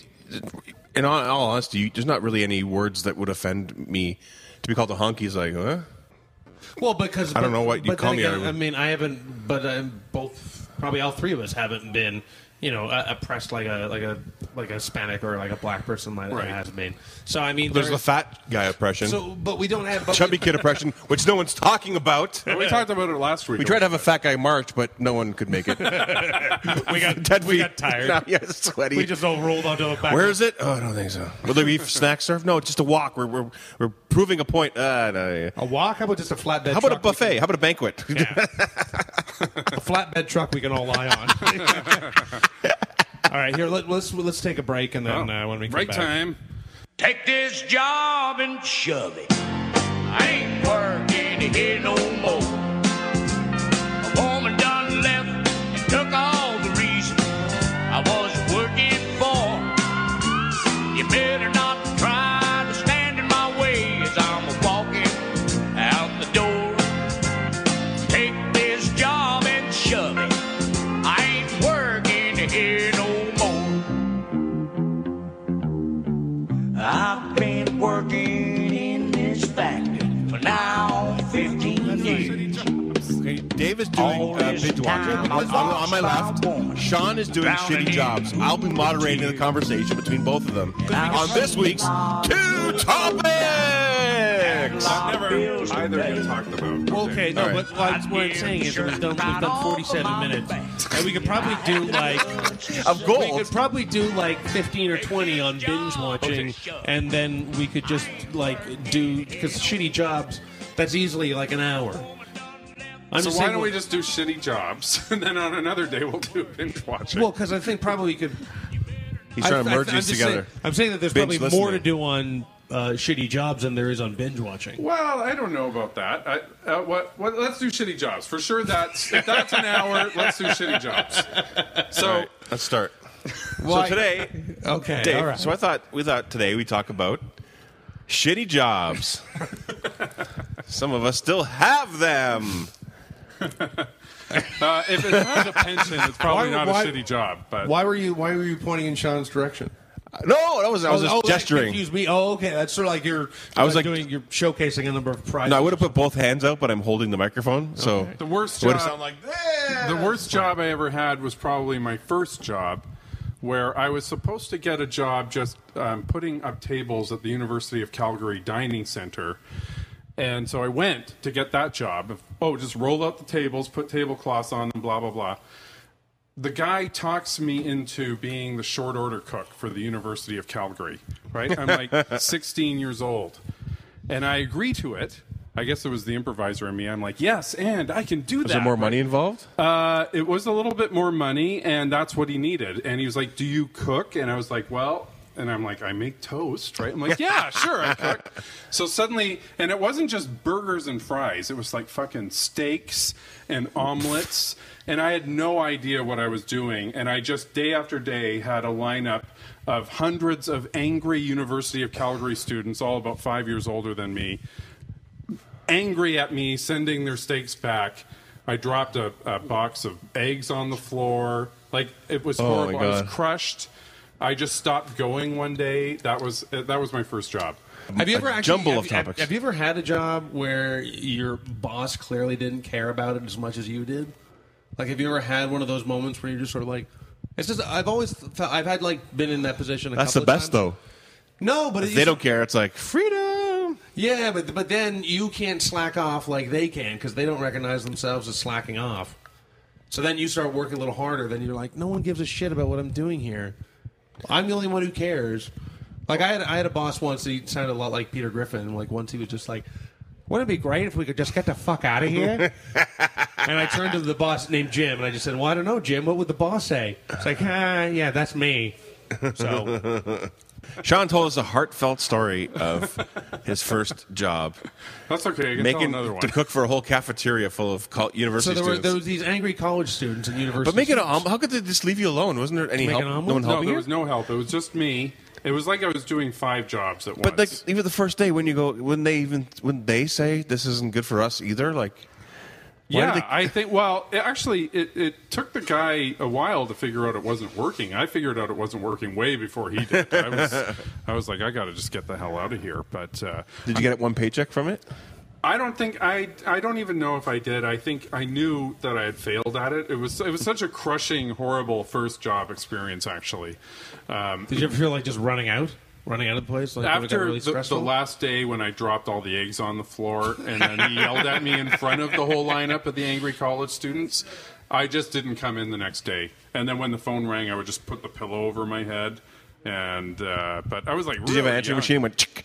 in all, in all honesty, you- there's not really any words that would offend me to be called a honky. Is like, huh?
Well, because
I don't
but-
know what you
but
call
then
me,
again,
I-
I mean, I haven't, but i both probably all three of us haven't been, you know, uh, oppressed like a like a like a Hispanic or like a black person like
Right.
has been. So I mean,
There's
there-
the fat guy oppression,
So, but we don't have but
chubby kid oppression, which no one's talking about.
we talked about it last week.
We tried to have a fat guy march, but no one could make it.
We got
Ted,
we got tired.
Now, yeah, it's sweaty.
We just all rolled onto a back.
Where is it? Oh, I don't think so. Will there be snack served? No, it's just a walk. We're we're, we're proving a point. Uh, no, yeah.
a walk. How about just a flatbed?
How about a
truck?
buffet? How about a banquet?
a flatbed truck we can all lie on. all right, here let, let's let's take a break and then
Oh,
uh, when we come
right
back.
Oh, time.
Take this job and shove it. I ain't working here no more. A woman done left and took all the reason I was working for. You better not try to stand in my way as I'm walking out the door. Take this job and shove it. I ain't working here no more. I've been working in this factory for now 15 years.
Okay, Dave is doing uh,
Always
binge watching.
down
On, on- on my left, Sean is doing shitty jobs. I'll be moderating the conversation between both of them on this week's two topics.
I've never either of you talked about.
Okay, no,
All right.
but what, what I'm saying is we've done, we've done 47 minutes, and we could probably do like
Of
we
gold.
could probably do like 15 or 20 on binge watching, and then we could just like do because shitty jobs. That's easily like an hour. I'm
So
just
why
saying-
don't we just do shitty jobs, and then on another day we'll do binge watching?
Well, because I think probably we could.
He's trying to
I- I-
merge
I'm
these
just saying-
together.
I'm saying that there's
Binge
probably
listening.
more to do on uh, shitty jobs than there is on binge watching.
Well, I don't know about that. I, uh, what, what? Let's do shitty jobs for sure. That's if that's an hour. Let's do shitty jobs. So
All right, let's start.
Why-
So today,
Okay,
Dave.
all right.
So I thought we thought today we talk about shitty jobs. Some of us still have them.
uh, if it's not a pension, it's probably
Why-
not
why-
a shitty job. But
why were you Why were you pointing in Sean's direction?
No, that was I was
Oh,
just
oh, that
gesturing.
confused me. Oh, okay. That's sort of like you're.
I was
like,
like-
doing. You're showcasing a number of prizes.
No, I would have put both hands out, but I'm holding the microphone, so
the worst
it would
job.
have sounded like
the worst job I ever had was probably my first job, where I was supposed to get a job just um, putting up tables at the University of Calgary Dining Center. And so I went to get that job of, oh, just roll out the tables, put tablecloths on them, blah, blah, blah. The guy talks me into being the short order cook for the University of Calgary, right? I'm like 16 years old. And I agree to it. I guess it was the improviser in me. I'm like, yes, and I can do that.
Is there more
right?
money involved?
Uh, it was a little bit more money, and that's what he needed. And he was like, "Do you cook?" And I was like, "Well," and I'm like, "I make toast, right?" I'm like, "Yeah, sure, I cook." So suddenly, and it wasn't just burgers and fries; it was like fucking steaks and omelets. And I had no idea what I was doing, and I just day after day had a lineup of hundreds of angry University of Calgary students, all about five years older than me, angry at me sending their steaks back. I dropped a, a box of eggs on the floor. Like it was
Oh, my
horrible. I was
God.
crushed. I just stopped going one day. That was uh, that was my first job.
Have you ever
A
actually,
jumble
have,
of
you- have-
topics.
Have, you ever had a job where your boss clearly didn't care about it as much as you did? Like, have you ever had one of those moments where you're just sort of like, it's just I've always felt, I've had like been in that position. A
That's the
couple of
best
times.
though.
No, but it,
They don't care. It's like freedom.
Yeah, but but then you can't slack off like they can because they don't recognize themselves as slacking off. So then you start working a little harder. Then you're like, no one gives a shit about what I'm doing here. I'm the only one who cares. Like I had I had a boss once. He sounded a lot like Peter Griffin. Like once he was just like, wouldn't it be great if we could just get the fuck out of here? and I turned to the boss named Jim and I just said, well, I don't know, Jim. What would the boss say? It's like, ah, yeah, that's me. So.
Sean told us a heartfelt story of his first job,
That's okay. I can tell
making
another one.
to cook for a whole cafeteria full of col-
So
university
there were,
students.
there was these angry college students and university.
but make it an
students.
omelet. How could they just leave you alone? Wasn't there any
Make
help?
an
No
omelet?
one
No,
no,
helping
there
you.
was no help. It was just me. It was like I was doing five jobs at
but like
once.
even the first day when you go, when they even when they say this isn't good for us either, like why
yeah,
did they-
I think. Well, it, actually, it, it took the guy a while to figure out it wasn't working. I figured out it wasn't working way before he did. I was, I was like, I got to just get the hell out of here. But uh,
did you get one paycheck from it?
I don't think I. I don't even know if I did. I think I knew that I had failed at it. It was it was such a crushing, horrible first job experience. Actually, um,
Did you ever feel like just running out, running out of the place? Like when it got
after
really
the,
stressful?
the last day when I dropped all the eggs on the floor and then he yelled at me in front of the whole lineup of the angry college students, I just didn't come in the next day. And then when the phone rang, I would just put the pillow over my head. And uh, but I was like,
Oh, Did you have an answering machine? Went, "Chick."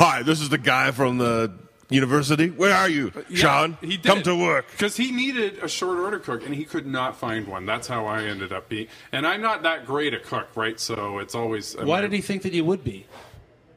hi, this is the guy from the University, where are you, Sean?
he did.
Come to work.
Because he needed a short order cook and he could not find one. That's how I ended up being. And I'm not that great a cook, right? So it's always.
Why did he think that you would be?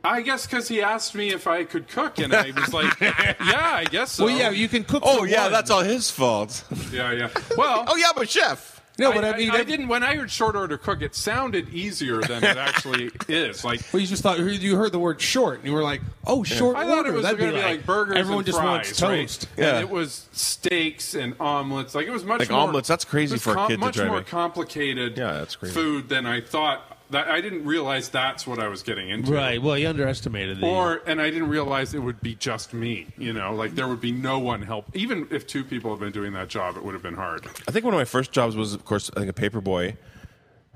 I guess because he asked me if I could cook and I was like, yeah, I guess so.
Well, yeah, you can cook.
Oh
for
yeah,
one.
that's all his fault.
Yeah, yeah. Well.
oh yeah, but chef.
no. But I, mean,
I, didn't. When I heard short order cook, it sounded easier than it actually is. Like
Well, you just thought you heard the word short, and you were like, "Oh, short
I thought
order."
it was
That'd
going
be
to be like, burgers. and
Everyone just wants
fries, right?
toast.
Yeah.
And it was steaks and omelets. Like it was much
Like
more,
omelets, that's crazy
it was
for a kid to
Much
try to
more
make.
complicated.
Yeah, that's crazy.
Food than I thought. That I didn't realize that's what I was getting into.
Right. Well, you underestimated the.
Or and I didn't realize it would be just me. You know, like there would be no one help. Even if two people had been doing that job, it would have been hard.
I think one of my first jobs was, of course, I think a paper boy,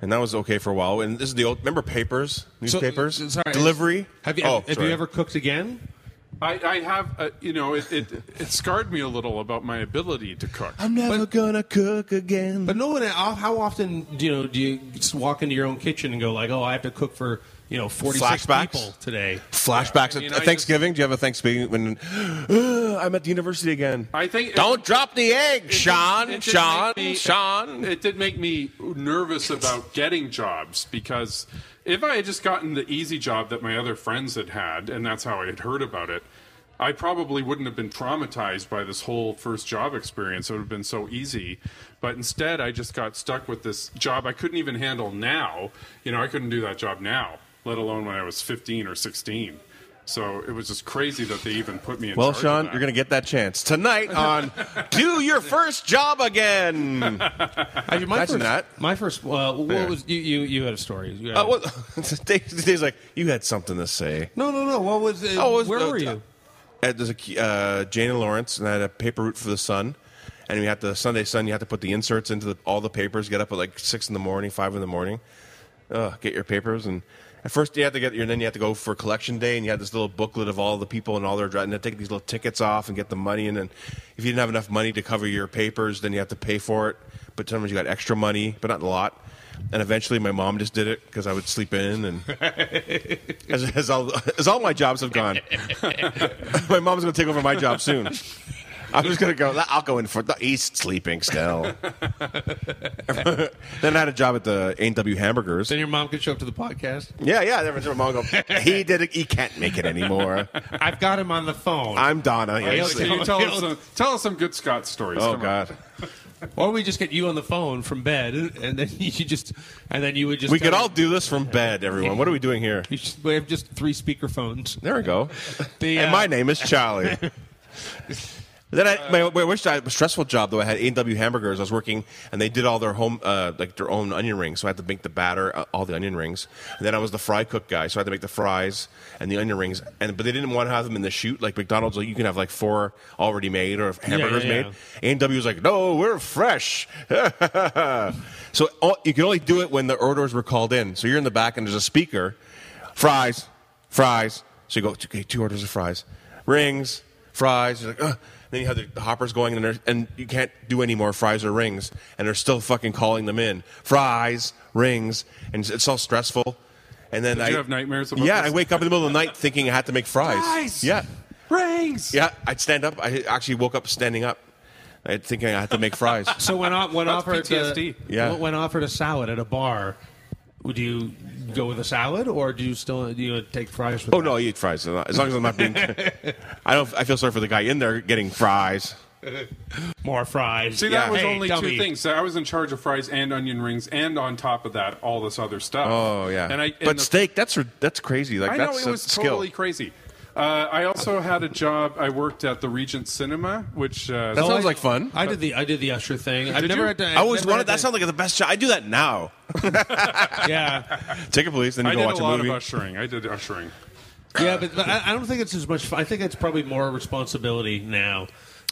and that was okay for a while. And this is the old. Remember papers, uh,
So-
newspapers,
sorry.
delivery.
Have you,
Oh,
have
sorry.
you ever cooked again?
I, I have, uh, you know, it, it it scarred me a little about my ability to cook.
I'm never gonna cook again.
But no one. uh, How often do you know? Do you just walk into your own kitchen and go like, "Oh, I have to cook for you know forty six
Flashbacks?
people today"?
Flashbacks
I mean,
at
I just-
Thanksgiving. Do you have a Thanksgiving when "Ugh, I'm at the university again?
I think
Don't drop the egg,
It did-
Sean.
it did
Sean.
make me-
Sean.
It did make me nervous about getting jobs because if I had just gotten the easy job that my other friends had had, and that's how I had heard about it, I probably wouldn't have been traumatized by this whole first job experience. It would have been so easy. But instead, I just got stuck with this job I couldn't even handle now. You know, I couldn't do that job now, let alone when I was 15 or 16. So it was just crazy that they even put me in
Well,
charge of
Sean,
that.
you're gonna get that chance tonight on "Do Your First Job Again."
I, my
Imagine
first,
that.
My first. Well, what
Yeah.
was you? You, you had a story. You had-
Uh, well, Dave, Dave's like, you had something to say.
no, no, no. What was? It,
Oh, it was-
where
uh,
were you?
At, there's a key- uh, Jane and Lawrence, and I had a paper route for the Sun. And we had the Sunday Sun. You had to put the inserts into the, all the papers. Get up at like six in the morning, five in the morning. Ugh, get your papers, and at first you had to get your. And then you had to go for collection day, and you had this little booklet of all the people and all their address. And then take these little tickets off and get the money. And then if you didn't have enough money to cover your papers, then you had to pay for it. But sometimes you got extra money, but not a lot. And eventually, my mom just did it because I would sleep in, and as, as all as all my jobs have gone my mom's gonna take over my job soon. I'm just gonna go. I'll go in for the East sleeping still. then I had a job at the A and W Hamburgers.
Then your mom could show up to the podcast.
Yeah, yeah. There was a mom go. He did. It, he can't make it anymore.
I've got him on the phone.
I'm Donna. Oh, Yeah,
Yes.
Can
sleep.
you tell us some, tell us some good Scott stories?
oh
Come on.
God.
Or we just get you on the phone from bed, and then you just, and then you would just.
We could
tell-
all do this from bed, everyone. What are we doing here?
You should, we have just three speaker phones.
There we go.
The,
and
uh,
my name is Charlie. then I, my, my worst job, stressful job though, I had A and W Hamburgers. I was working, and they did all their home, uh, like their own onion rings. So I had to make the batter, uh, all the onion rings. And then I was the fry cook guy, so I had to make the fries and the onion rings. And but they didn't want to have them in the shoot like McDonald's. Like you can have like four already made or hamburgers
yeah,
made. A and W was like, no, we're fresh. so all, you could only do it when the orders were called in. So you're in the back, and there's a speaker fries, fries. So you go, okay, two orders of fries, rings, fries. You're like, Ugh. Then you have the, the hoppers going, and, there's- and you can't do any more fries or rings, and they're still fucking calling them in. Fries, rings, and it's, it's all stressful. And then I
you have nightmares about
yeah,
this?
I wake up in the middle of the night thinking I had to make fries.
Fries!
Yeah,
Rings.
yeah. I'd stand up. I actually woke up standing up, I thinking I had to make fries.
So when I, when
Uh, That's
offered
PTSD.
A,
Yeah.
when offered a salad at a bar, would you go with a salad or do you still do you take fries? With
Oh no, I eat fries as long as I'm not being. I don't. I feel sorry for the guy in there getting fries.
more fries.
See, that
Yeah.
was
Hey,
only
dummy.
two things. I was in charge of fries and onion rings, and on top of that, all this other stuff.
Oh yeah,
And I and
but
the-
steak that's re- that's crazy. Like
I know
that's
it was
a skill.
totally crazy. Uh, I also had a job. I worked at the Regent Cinema, which uh,
that
Oh,
sounds
I-
like fun.
I did the I did the usher thing. I've
Did
never
you?
had to.
I
I've
always
never
wanted.
had
That
to-
sounds like the best job. I do that now.
yeah,
Take a police, then you
I
go
did
watch
a
a,
lot
movie.
of ushering. I did ushering.
yeah, but, but I, I don't think it's as much. fun. I think it's probably more responsibility now.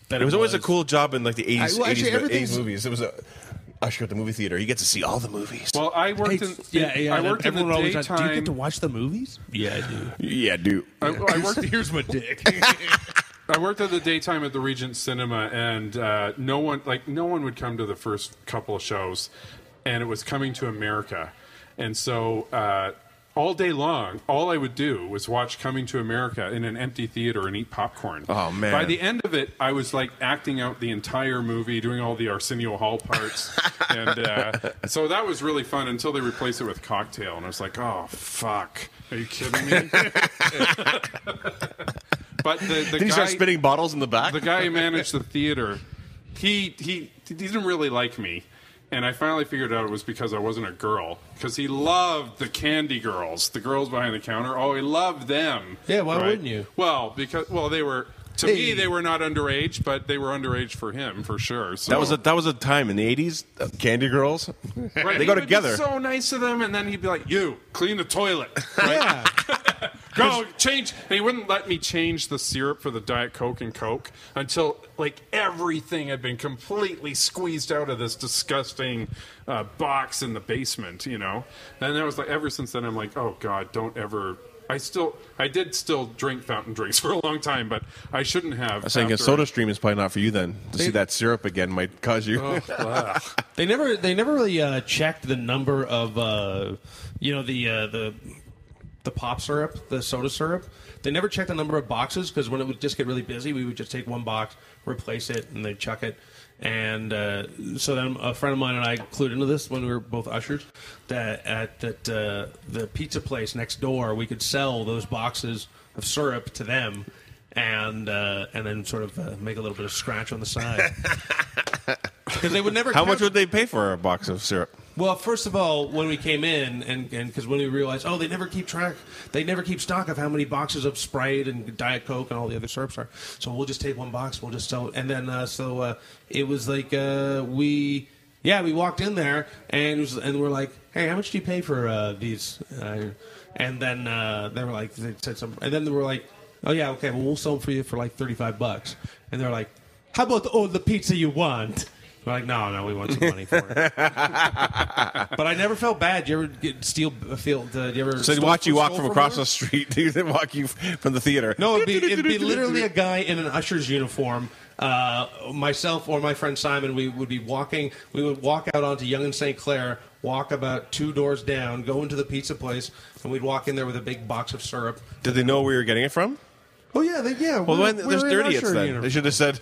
Than
it was always a cool job in like the eighties,
I- well, actually,
eighties,
everything's-
movies. It was a usher at the movie theater. He gets to see all the movies.
Well, I worked in
Yeah, yeah.
I worked in
everyone
the
always
daytime.
like, do you get to watch the movies? Yeah, I do.
yeah, dude.
I, I worked
Here's my dick.
I worked at the daytime at the Regent Cinema, and uh, no one like no one would come to the first couple of shows, and it was coming to America, and so uh, all day long, all I would do was watch Coming to America in an empty theater and eat popcorn.
Oh, man.
By the end of it, I was like acting out the entire movie, doing all the Arsenio Hall parts, and uh, so that was really fun until they replaced it with Cocktail, and I was like, oh fuck, are you kidding me? but the, the
Did he
guy,
start spitting bottles in the back?
the guy who managed the theater, he he he didn't really like me, and I finally figured out it was because I wasn't a girl. Because he loved the candy girls, the girls behind the counter. Oh, he loved them.
Yeah, why wouldn't you?
Well, because well they were to me they were not underage, but they were underage for him for sure. So.
That was a that was a time in the eighties. Uh, Candy girls,
Right,
they
he
go
would be
together.
so nice to them, and then he'd be like, "You clean the toilet."
Yeah.
Go change. And he wouldn't let me change the syrup for the Diet Coke and Coke until like everything had been completely squeezed out of this disgusting uh, box in the basement, you know. And that was like ever since then, I'm like, oh god, don't ever. I still, I did still drink fountain drinks for a long time, but I shouldn't have.
I was thinking
after
Soda Stream is probably not for you then. To see
They-
that syrup again might cause you.
They never they never really uh, checked the number of uh, you know the uh, the the pop syrup, the soda syrup. They never checked the number of boxes because when it would just get really busy, we would just take one box, replace it, and they chuck it. And uh, so then a friend of mine and I clued into this when we were both ushers that at that uh, the pizza place next door we could sell those boxes of syrup to them. And uh, and then sort of uh, make a little bit of scratch on the side because they would never.
How
count
much would they pay for a box of syrup?
well, first of all, when we came in, and because when we realized, oh, they never keep track, they never keep stock of how many boxes of Sprite and Diet Coke and all the other syrups are. So we'll just take one box, we'll just sell it. And then, uh, so uh, it was like, uh, we, yeah, we walked in there, and, it was, and we're like, hey, how much do you pay for uh, these? Uh, and then uh, they were like, they said some, and then they were like, oh, yeah, okay, well, we'll sell them for you for like 35 bucks. And they're like, how about all the pizza you want? We're like, no, no, we want some money for it. But I never felt bad. Do you ever get steal feel? Uh, do you ever?
So they'd
stole-
watch you walk
stole
from across
her?
the street. They'd walk you from the theater.
No, it'd be, it'd be literally a guy in an usher's uniform. Uh, myself or my friend Simon, we would be walking. We would walk out onto Young and St. Clair, walk about two doors down, go into the pizza place, and we'd walk in there with a big box of syrup.
Did they know where you were getting it from?
Oh yeah, they, yeah.
Well,
we're-
when
we're
there's
in
dirty idiots
usher
then. They
uniform.
should have said,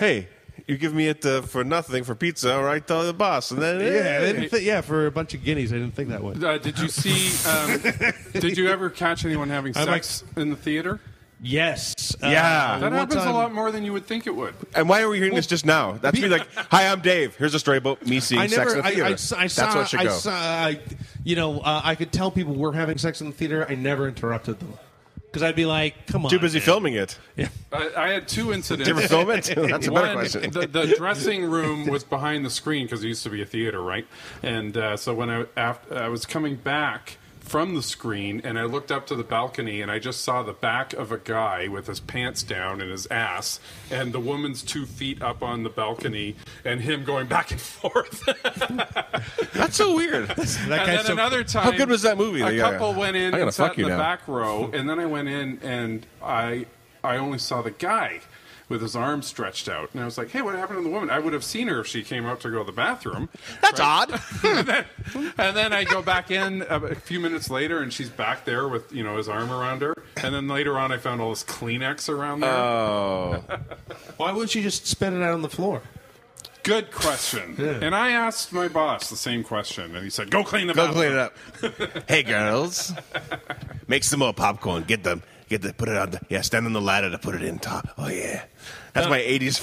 "Hey, you give me it uh, for nothing for pizza, all right? Tell the boss." And then
Yeah, they didn't thi- yeah, for a bunch of guineas, I didn't think that way.
Uh, did you see? Um, did you ever catch anyone having
I'm like-
sex in the theater?
Yes. uh,
Yeah.
That
one
happens a
time-
lot more than you would think it would.
And why are we hearing this just now? That's me like, "Hi, I'm Dave. Here's a story about me seeing
I
sex
never.
in the
I,
theater."
I s- I saw.
That's what should
I
go.
saw. I, you know, uh, I could tell people were having sex in the theater. I never interrupted them because I'd be like, "Come on,
Too busy
man.
filming it.
I, I had two incidents.
Did you ever film it? That's a better
One,
question.
the, the dressing room was behind the screen because it used to be a theater, right? And uh, so when I after, I was coming back from the screen and I looked up to the balcony and I just saw the back of a guy with his pants down and his ass and the woman's two feet up on the balcony and him going back and forth.
That's so weird.
That
and
guy's
then
so-
another time,
How good was that movie?
A
The, uh,
couple went in
I'm gonna
and sat
fuck
in
you
the
now.
back row, and then I went in and I I only saw the guy with his arms stretched out, and I was like, "Hey, what happened to the woman?" I would have seen her if she came out to go to the bathroom.
That's odd.
and, then, and then I go back in a, a few minutes later, and she's back there with you know his arm around her. And then later on, I found all this Kleenex around there.
Oh.
Why wouldn't you just spit it out on the floor?"
Good question. And I asked my boss the same question, and he said, "Go clean the
Go
bathroom."
clean it up. hey girls, make some more popcorn. Get them. Get the put it on. The, yeah, stand on the ladder to put it in top. Oh yeah, that's
Uh.
my '80s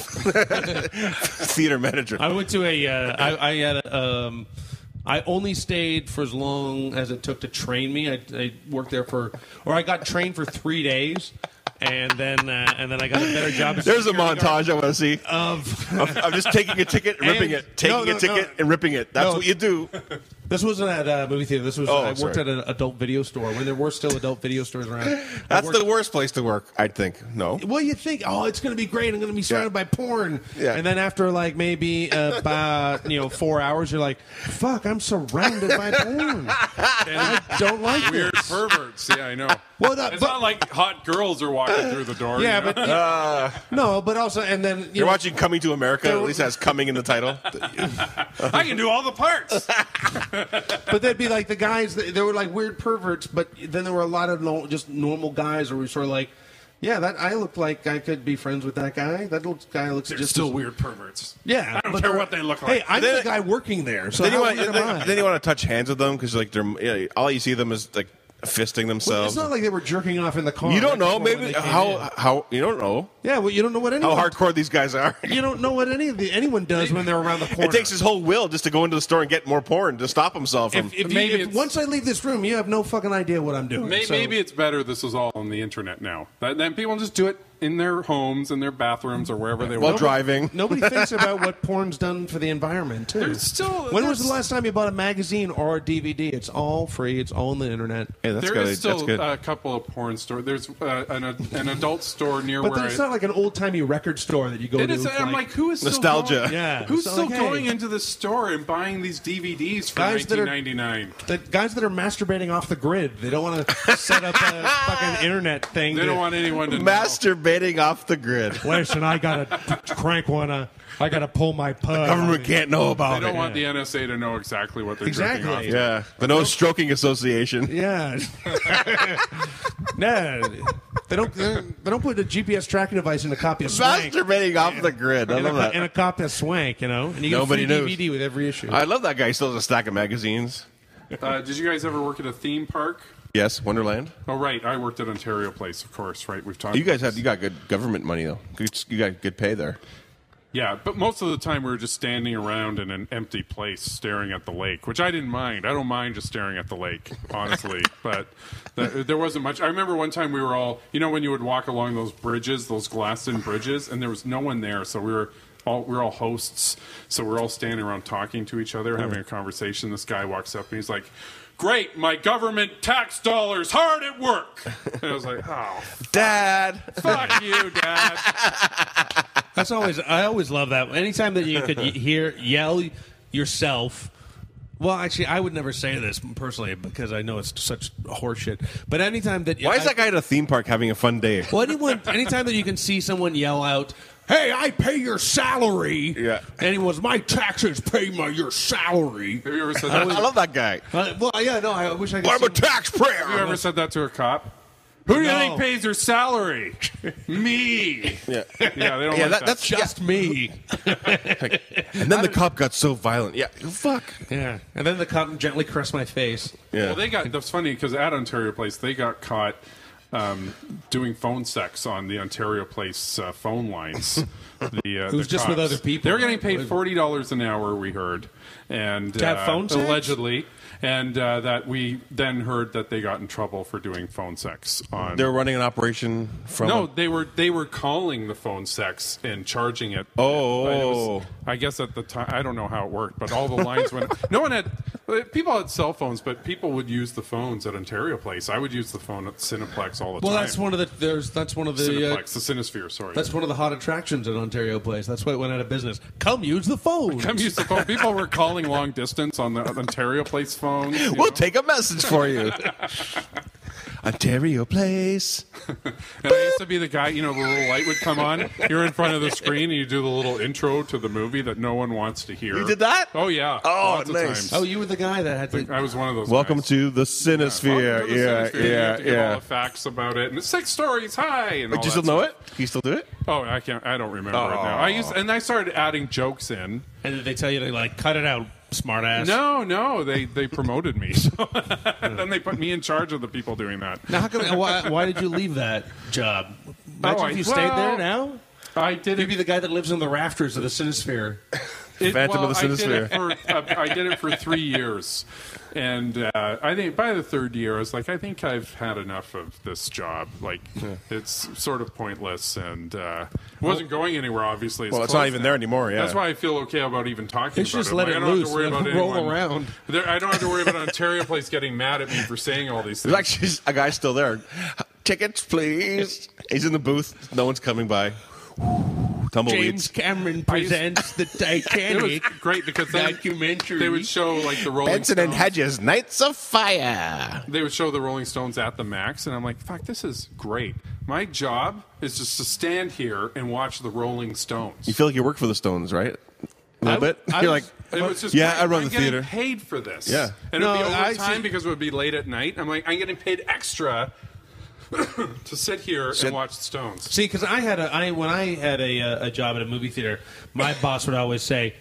theater manager.
I went to a. Uh, I, I had a. Um, I only stayed for as long as it took to train me. I, I worked there for, or I got trained for three days, and then uh, and then I got a better job. as
There's a
security guard.
montage I want to see of, of just taking a ticket, and ripping
Uh, And-
it, taking
no, no,
a ticket,
no.
and ripping it. That's
No.
what you do.
This wasn't at a movie theater. This was
Oh,
I worked
sorry.
at an adult video store when there were still adult video stores around. I
That's
worked-
the worst place to work, I think. No,
Well, you think, oh, it's going to be great. I'm going to be surrounded by porn.
Yeah.
And then after like maybe about you know four hours, you're like, fuck, I'm surrounded by porn.
And
Don't like
weird
this.
perverts. Yeah, I know.
Well, that-
it's
but-
not like hot girls are walking through the door.
Yeah,
you know?
but no, but also, and then you
you're
know,
watching Coming to America. At least it has "coming" in the title.
I can do all the parts.
but that'd be like the guys. That, they were like weird perverts, but then there were a lot of no, just normal guys who were sort of like, yeah, that I look like I could be friends with that guy. That looks, guy looks
They're
just
still
as-
weird perverts.
Yeah,
I don't
but
care
they're-
what they look like.
Hey, I'm
Then-
the guy working there, so
then you
how
want
weird am I?
then, then you want to touch hands with them because like they're yeah, all you see them is like fisting
Well,
themselves.
it's not like they were jerking off in the car.
you don't
That's
know
just when
maybe
they came in.
how how you don't know
Yeah, well, you don't know what anyone.
how hardcore these guys are.
You don't know what any of the, anyone does when they're around the corner.
It takes his whole will just to go into the store and get more porn to stop himself from.
If, if,
Maybe
you, if
it's-
once I leave this room, you have no fucking idea what I'm doing.
May-
so-
Maybe it's better this is all on the internet now. That, then people just do it in their homes, in their bathrooms, or wherever they
while
want.
driving,
Nobody thinks about what porn's done for the environment too.
There's still-
when was
there's-
the last time you bought a magazine or a DVD? It's all free. It's all on the internet.
hey, that's
There
good.
is
that's
still
good.
a couple of porn stores. There's uh, an, an adult store near
But
where
then it's
I,
not like an old timey record store that you go
It
to.
is.
It's
I'm like, who is still
Nostalgia.
Going,
Yeah.
Who's
So,
still
like,
going
hey.
into the store and buying these DVDs for
Guys that are-
1999?
the guys that are masturbating off the grid. They don't want to set up a fucking internet thing.
They
to-
don't want anyone to
Masturbating off the grid.
Listen, I gotta crank one. Uh, I gotta pull my pug.
Government can't know
know.
about
They don't
it.
want the NSA to know exactly what they're
Exactly.
drinking off. to.
Yeah, the No Stroking Association.
Yeah. no. They don't. They don't they don't put a GPS tracking device in a copy of Swank.
Masturbating off the grid. I
In a,
love that.
in a copy of Swank, you know, and you get
Nobody
a free
knows.
DVD with every issue.
I love that guy. He still has a stack of magazines.
Uh, did you guys ever work at a theme park?
Yes, Wonderland.
Oh, right. I worked at Ontario Place, of course. Right. We've talked.
You guys had you got good government money though. You you got good pay there.
Yeah, but most of the time we were just standing around in an empty place staring at the lake, which I didn't mind. I don't mind just staring at the lake, honestly. but th- there wasn't much. I remember one time we were all, you know, when you would walk along those bridges, those glassed-in bridges, and there was no one there, so we were. All, we we're all hosts, so we're all standing around talking to each other, having a conversation. This guy walks up and he's like, "Great, my government tax dollars hard at work." And I was like, "Oh,
Dad,
fuck you, dad."
That's always. I always love that. Anytime that you could y- hear yell yourself. Well, actually, I would never say this personally because I know it's such horseshit. But anytime that
why is
I-
that guy at a theme park having a fun day?
Well, anyone, anytime that you can see someone yell out, "Hey, I pay your salary,"
Yeah.
and it was my taxes pay my your salary.
Have you ever said
I
that?
love that guy.
Uh, well, yeah, no, I wish I could.
I'm a
Have
see-
you
taxpayer.
ever said that to a cop? Who do you
No.
think pays your salary? Me.
Yeah,
Yeah, they don't
yeah
like
that,
that.
that's
just me.
And then the cop got so violent. Yeah, fuck.
Yeah, and then the cop gently caressed my face.
Yeah.
Well, they got. That's funny because at Ontario Place they got caught um, doing phone sex on the Ontario Place uh, phone lines. The, uh,
It was
the
just with
cops.
other people.
They were getting paid forty dollars an hour. We heard, and to
have phone sex?
allegedly, and uh, that we then heard that they got in trouble for doing phone sex on.
They're running an operation from.
No, they were they were calling the phone sex and charging it.
Oh.
But it was- I guess at the time I don't know how it worked, but all the lines went. No one had people had cell phones, but people would use the phones at Ontario Place. I would use the phone at Cineplex all the
Well,
time.
that's one of the. There's that's one of the. Uh,
Cineplex, the Cinesphere. Sorry,
that's one of the hot attractions at Ontario Place. That's why it went out of business. Come use the phone.
Come use the phone. People were calling long distance on the Ontario Place phone. you
we'll
know?
take a message for you. Ontario Place.
And I used to be the guy, you know, the little light would come on. You're in front of the screen and you do the little intro to the movie that no one wants to hear.
You did that?
Oh yeah.
Oh,
Lots of
nice.
times.
Oh, you were the guy that had to.
I was one of those.
Welcome
guys.
to the Cinesphere.
Welcome to the
Yeah,
Cinesphere. You have
yeah,
to
yeah.
get All the facts about it and it's six stories. Hi, and all
Do you still
that
know
stuff.
it? Can you still do it?
Oh, I can't. I don't remember it now. I used and I started adding jokes in.
And did they tell you to like cut it out, smartass?
No, no, they they promoted me. So then they put me in charge of the people doing that.
Now, how come? uh, Why, why did you leave that job? Imagine
I-
if you stayed there
well,
now.
I did
You'd
it.
be the guy that lives in the rafters of the Sinisphere.
it-
Phantom
well,
of the
I did, it for, uh, I did it for three years, and uh, I think by the third year, I was like, I think I've had enough of this job. Like, it's sort of pointless, and uh, it wasn't going anywhere. Obviously,
Well, it's not
closed
even
now.
there anymore, yeah.
that's why I feel okay about even talking.
They
about
should just
it.
let
Like,
it
I don't
loose,
have to worry
let
about
it roll
anyone.
around.
There, I don't have to worry about Ontario Place getting mad at me for saying all these things.
There's actually a guy still there. Tickets, please. He's in the booth. No one's coming by. Tumbleweeds.
Cameron
used-
the
it was
Titanic.
great because then
Documentary.
They would show like the Rolling
Benson and
Stones.
Hedges, Knights of Fire.
they would show the Rolling Stones at the Max, and I'm like, fuck, this is great. My job is just to stand here and watch the Rolling Stones.
You feel like you work for the Stones, right? A little
I-
bit.
I
You're
was-
like,
It was just
Yeah,
great.
I run
I'm
the
getting
theater.
Paid for this.
Yeah.
and it'd
No,
be
I
overtime
see-
because it would be late at night. I'm like, I'm getting paid extra to sit here and watch the Stones.
See, because I had a I when I had a uh, a job at a movie theater, my boss would always say,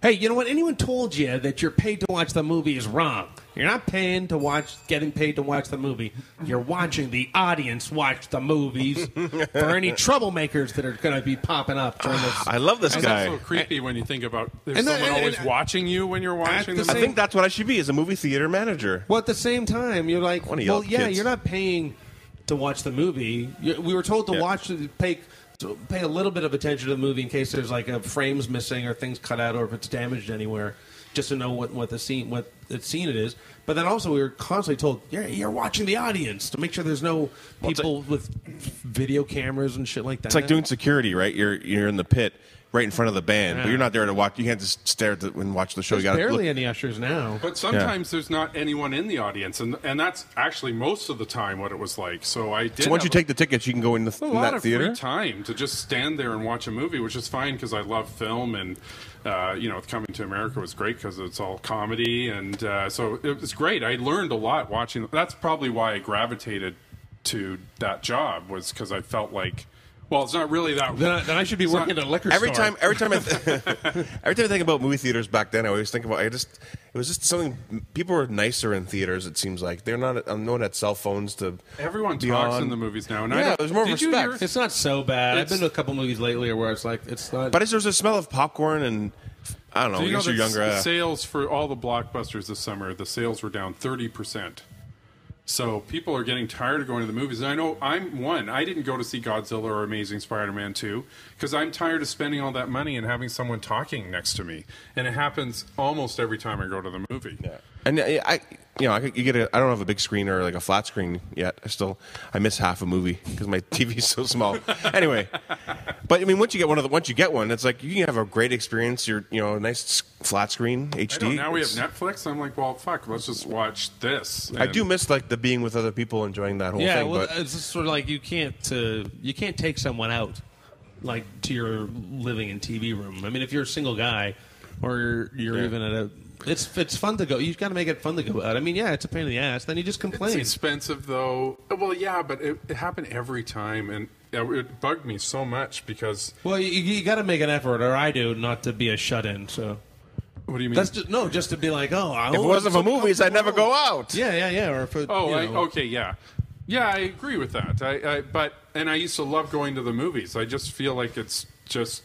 "Hey, you know what? Anyone told you that you're paid to watch the movie is wrong. You're not paying to watch, getting paid to watch the movie. You're watching the audience watch the movies for any troublemakers that are going to be popping up during this."
I love this
It's
guy.
also creepy when you think about there's
And that-
someone
and- and-
always watching you when you're watching
the
the
I
movie.
think that's what I should be as a movie theater manager.
Well, at the same time, you're like,
One of y'all
well, yeah,
kids.
you're not paying to watch the movie. You- We were told to
Yeah.
watch, to pay, to pay a little bit of attention to the movie in case there's like a frames missing or things cut out or if it's damaged anywhere, just to know what, what the scene what the scene it is. But then also we were constantly told, yeah, you're watching the audience to make sure there's no
it's
people with video cameras and shit like that.
It's like doing security, right? You're you're in the pit right in front of the band, but
Yeah.
you're not there to watch. You can't just stare at the, and watch the show.
There's
you got to
barely
look.
any ushers now.
But sometimes there's not anyone in the audience, and and that's actually most of the time what it was like. So I did.
So once you
have
take the tickets, you can go in, the,
a,
in
lot
that
of
theater.
free time to just stand there and watch a movie, which is fine because I love film, and uh, you know, coming to America was great because it's all comedy, and uh, so it was great. I learned a lot watching. That's probably why I gravitated to that job was because I felt like, well, it's not really that.
Then I, then I should be
It's
working
not-
at a liquor
Every
store.
time, every time, I th- every time I think about movie theaters back then, I always think about. I just it was just something. People were nicer in theaters. It seems like they're not. uh, I'm known at cell phones to.
Everyone
be
talks
on.
in the movies now, and I
Yeah,
don't-
there's more
Did you hear-
respect.
It's not so bad. I've
It's-
been to a couple movies lately where it's like it's not.
But it's, there's a smell of popcorn and I don't know.
Do
I
you know
guess
the
you're younger.
s-
uh,
sales for all the blockbusters this summer, the sales were down 30%. So people are getting tired of going to the movies. And I know I'm one. I didn't go to see Godzilla or Amazing Spider-Man 2 because I'm tired of spending all that money and having someone talking next to me. And it happens almost every time I go to the movie.
uh, And I, I you know, I, could- you get a. I don't have a big screen or like a flat screen yet. I still, I miss half a movie because my TV's so small. anyway, but I mean, once you get one of the, once you get one, it's like you can have a great experience. You're, you know, a nice s- flat screen
I
HD.
don't, now we have
It's-
Netflix. I'm like, well, fuck, let's just watch this.
I do
And- uh,
miss like the being with other people, enjoying that whole
yeah,
thing.
well,
but
it's just sort of like you can't uh, you can't take someone out like to your living and TV room. I mean, if you're a single guy or you're, you're
Yeah.
even at a it's it's fun to go. You've got to make it fun to go out. I mean, yeah, it's a pain in the ass. Then you just
It's
complain.
expensive though. Uh, Well, yeah, but it, it happened every time, and it, it bugged me so much because
well, you, you got to make an effort, or I do, not to be a shut in. So
what do you mean?
that's just no, just to be like, oh, I
if it wasn't for movies, I'd never go out.
Yeah, yeah, yeah. Or if it,
Oh,
you
I,
know.
okay, yeah, yeah, I agree with that. I, I but and I used to love going to the movies. I just feel like it's just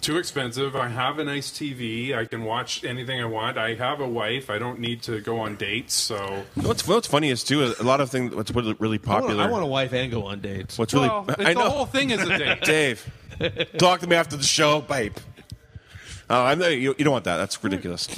too expensive. I have a nice TV. I can watch anything I want. I have a wife. I don't need to go on dates. So
What's what's funny is too is a lot of things. What's really- really
I want,
popular.
I want a wife and go on dates.
what's really
well,
I
the
know
whole thing is a date.
Dave, talk to me after the show, babe. Oh, I'm, you, you don't want that. That's ridiculous.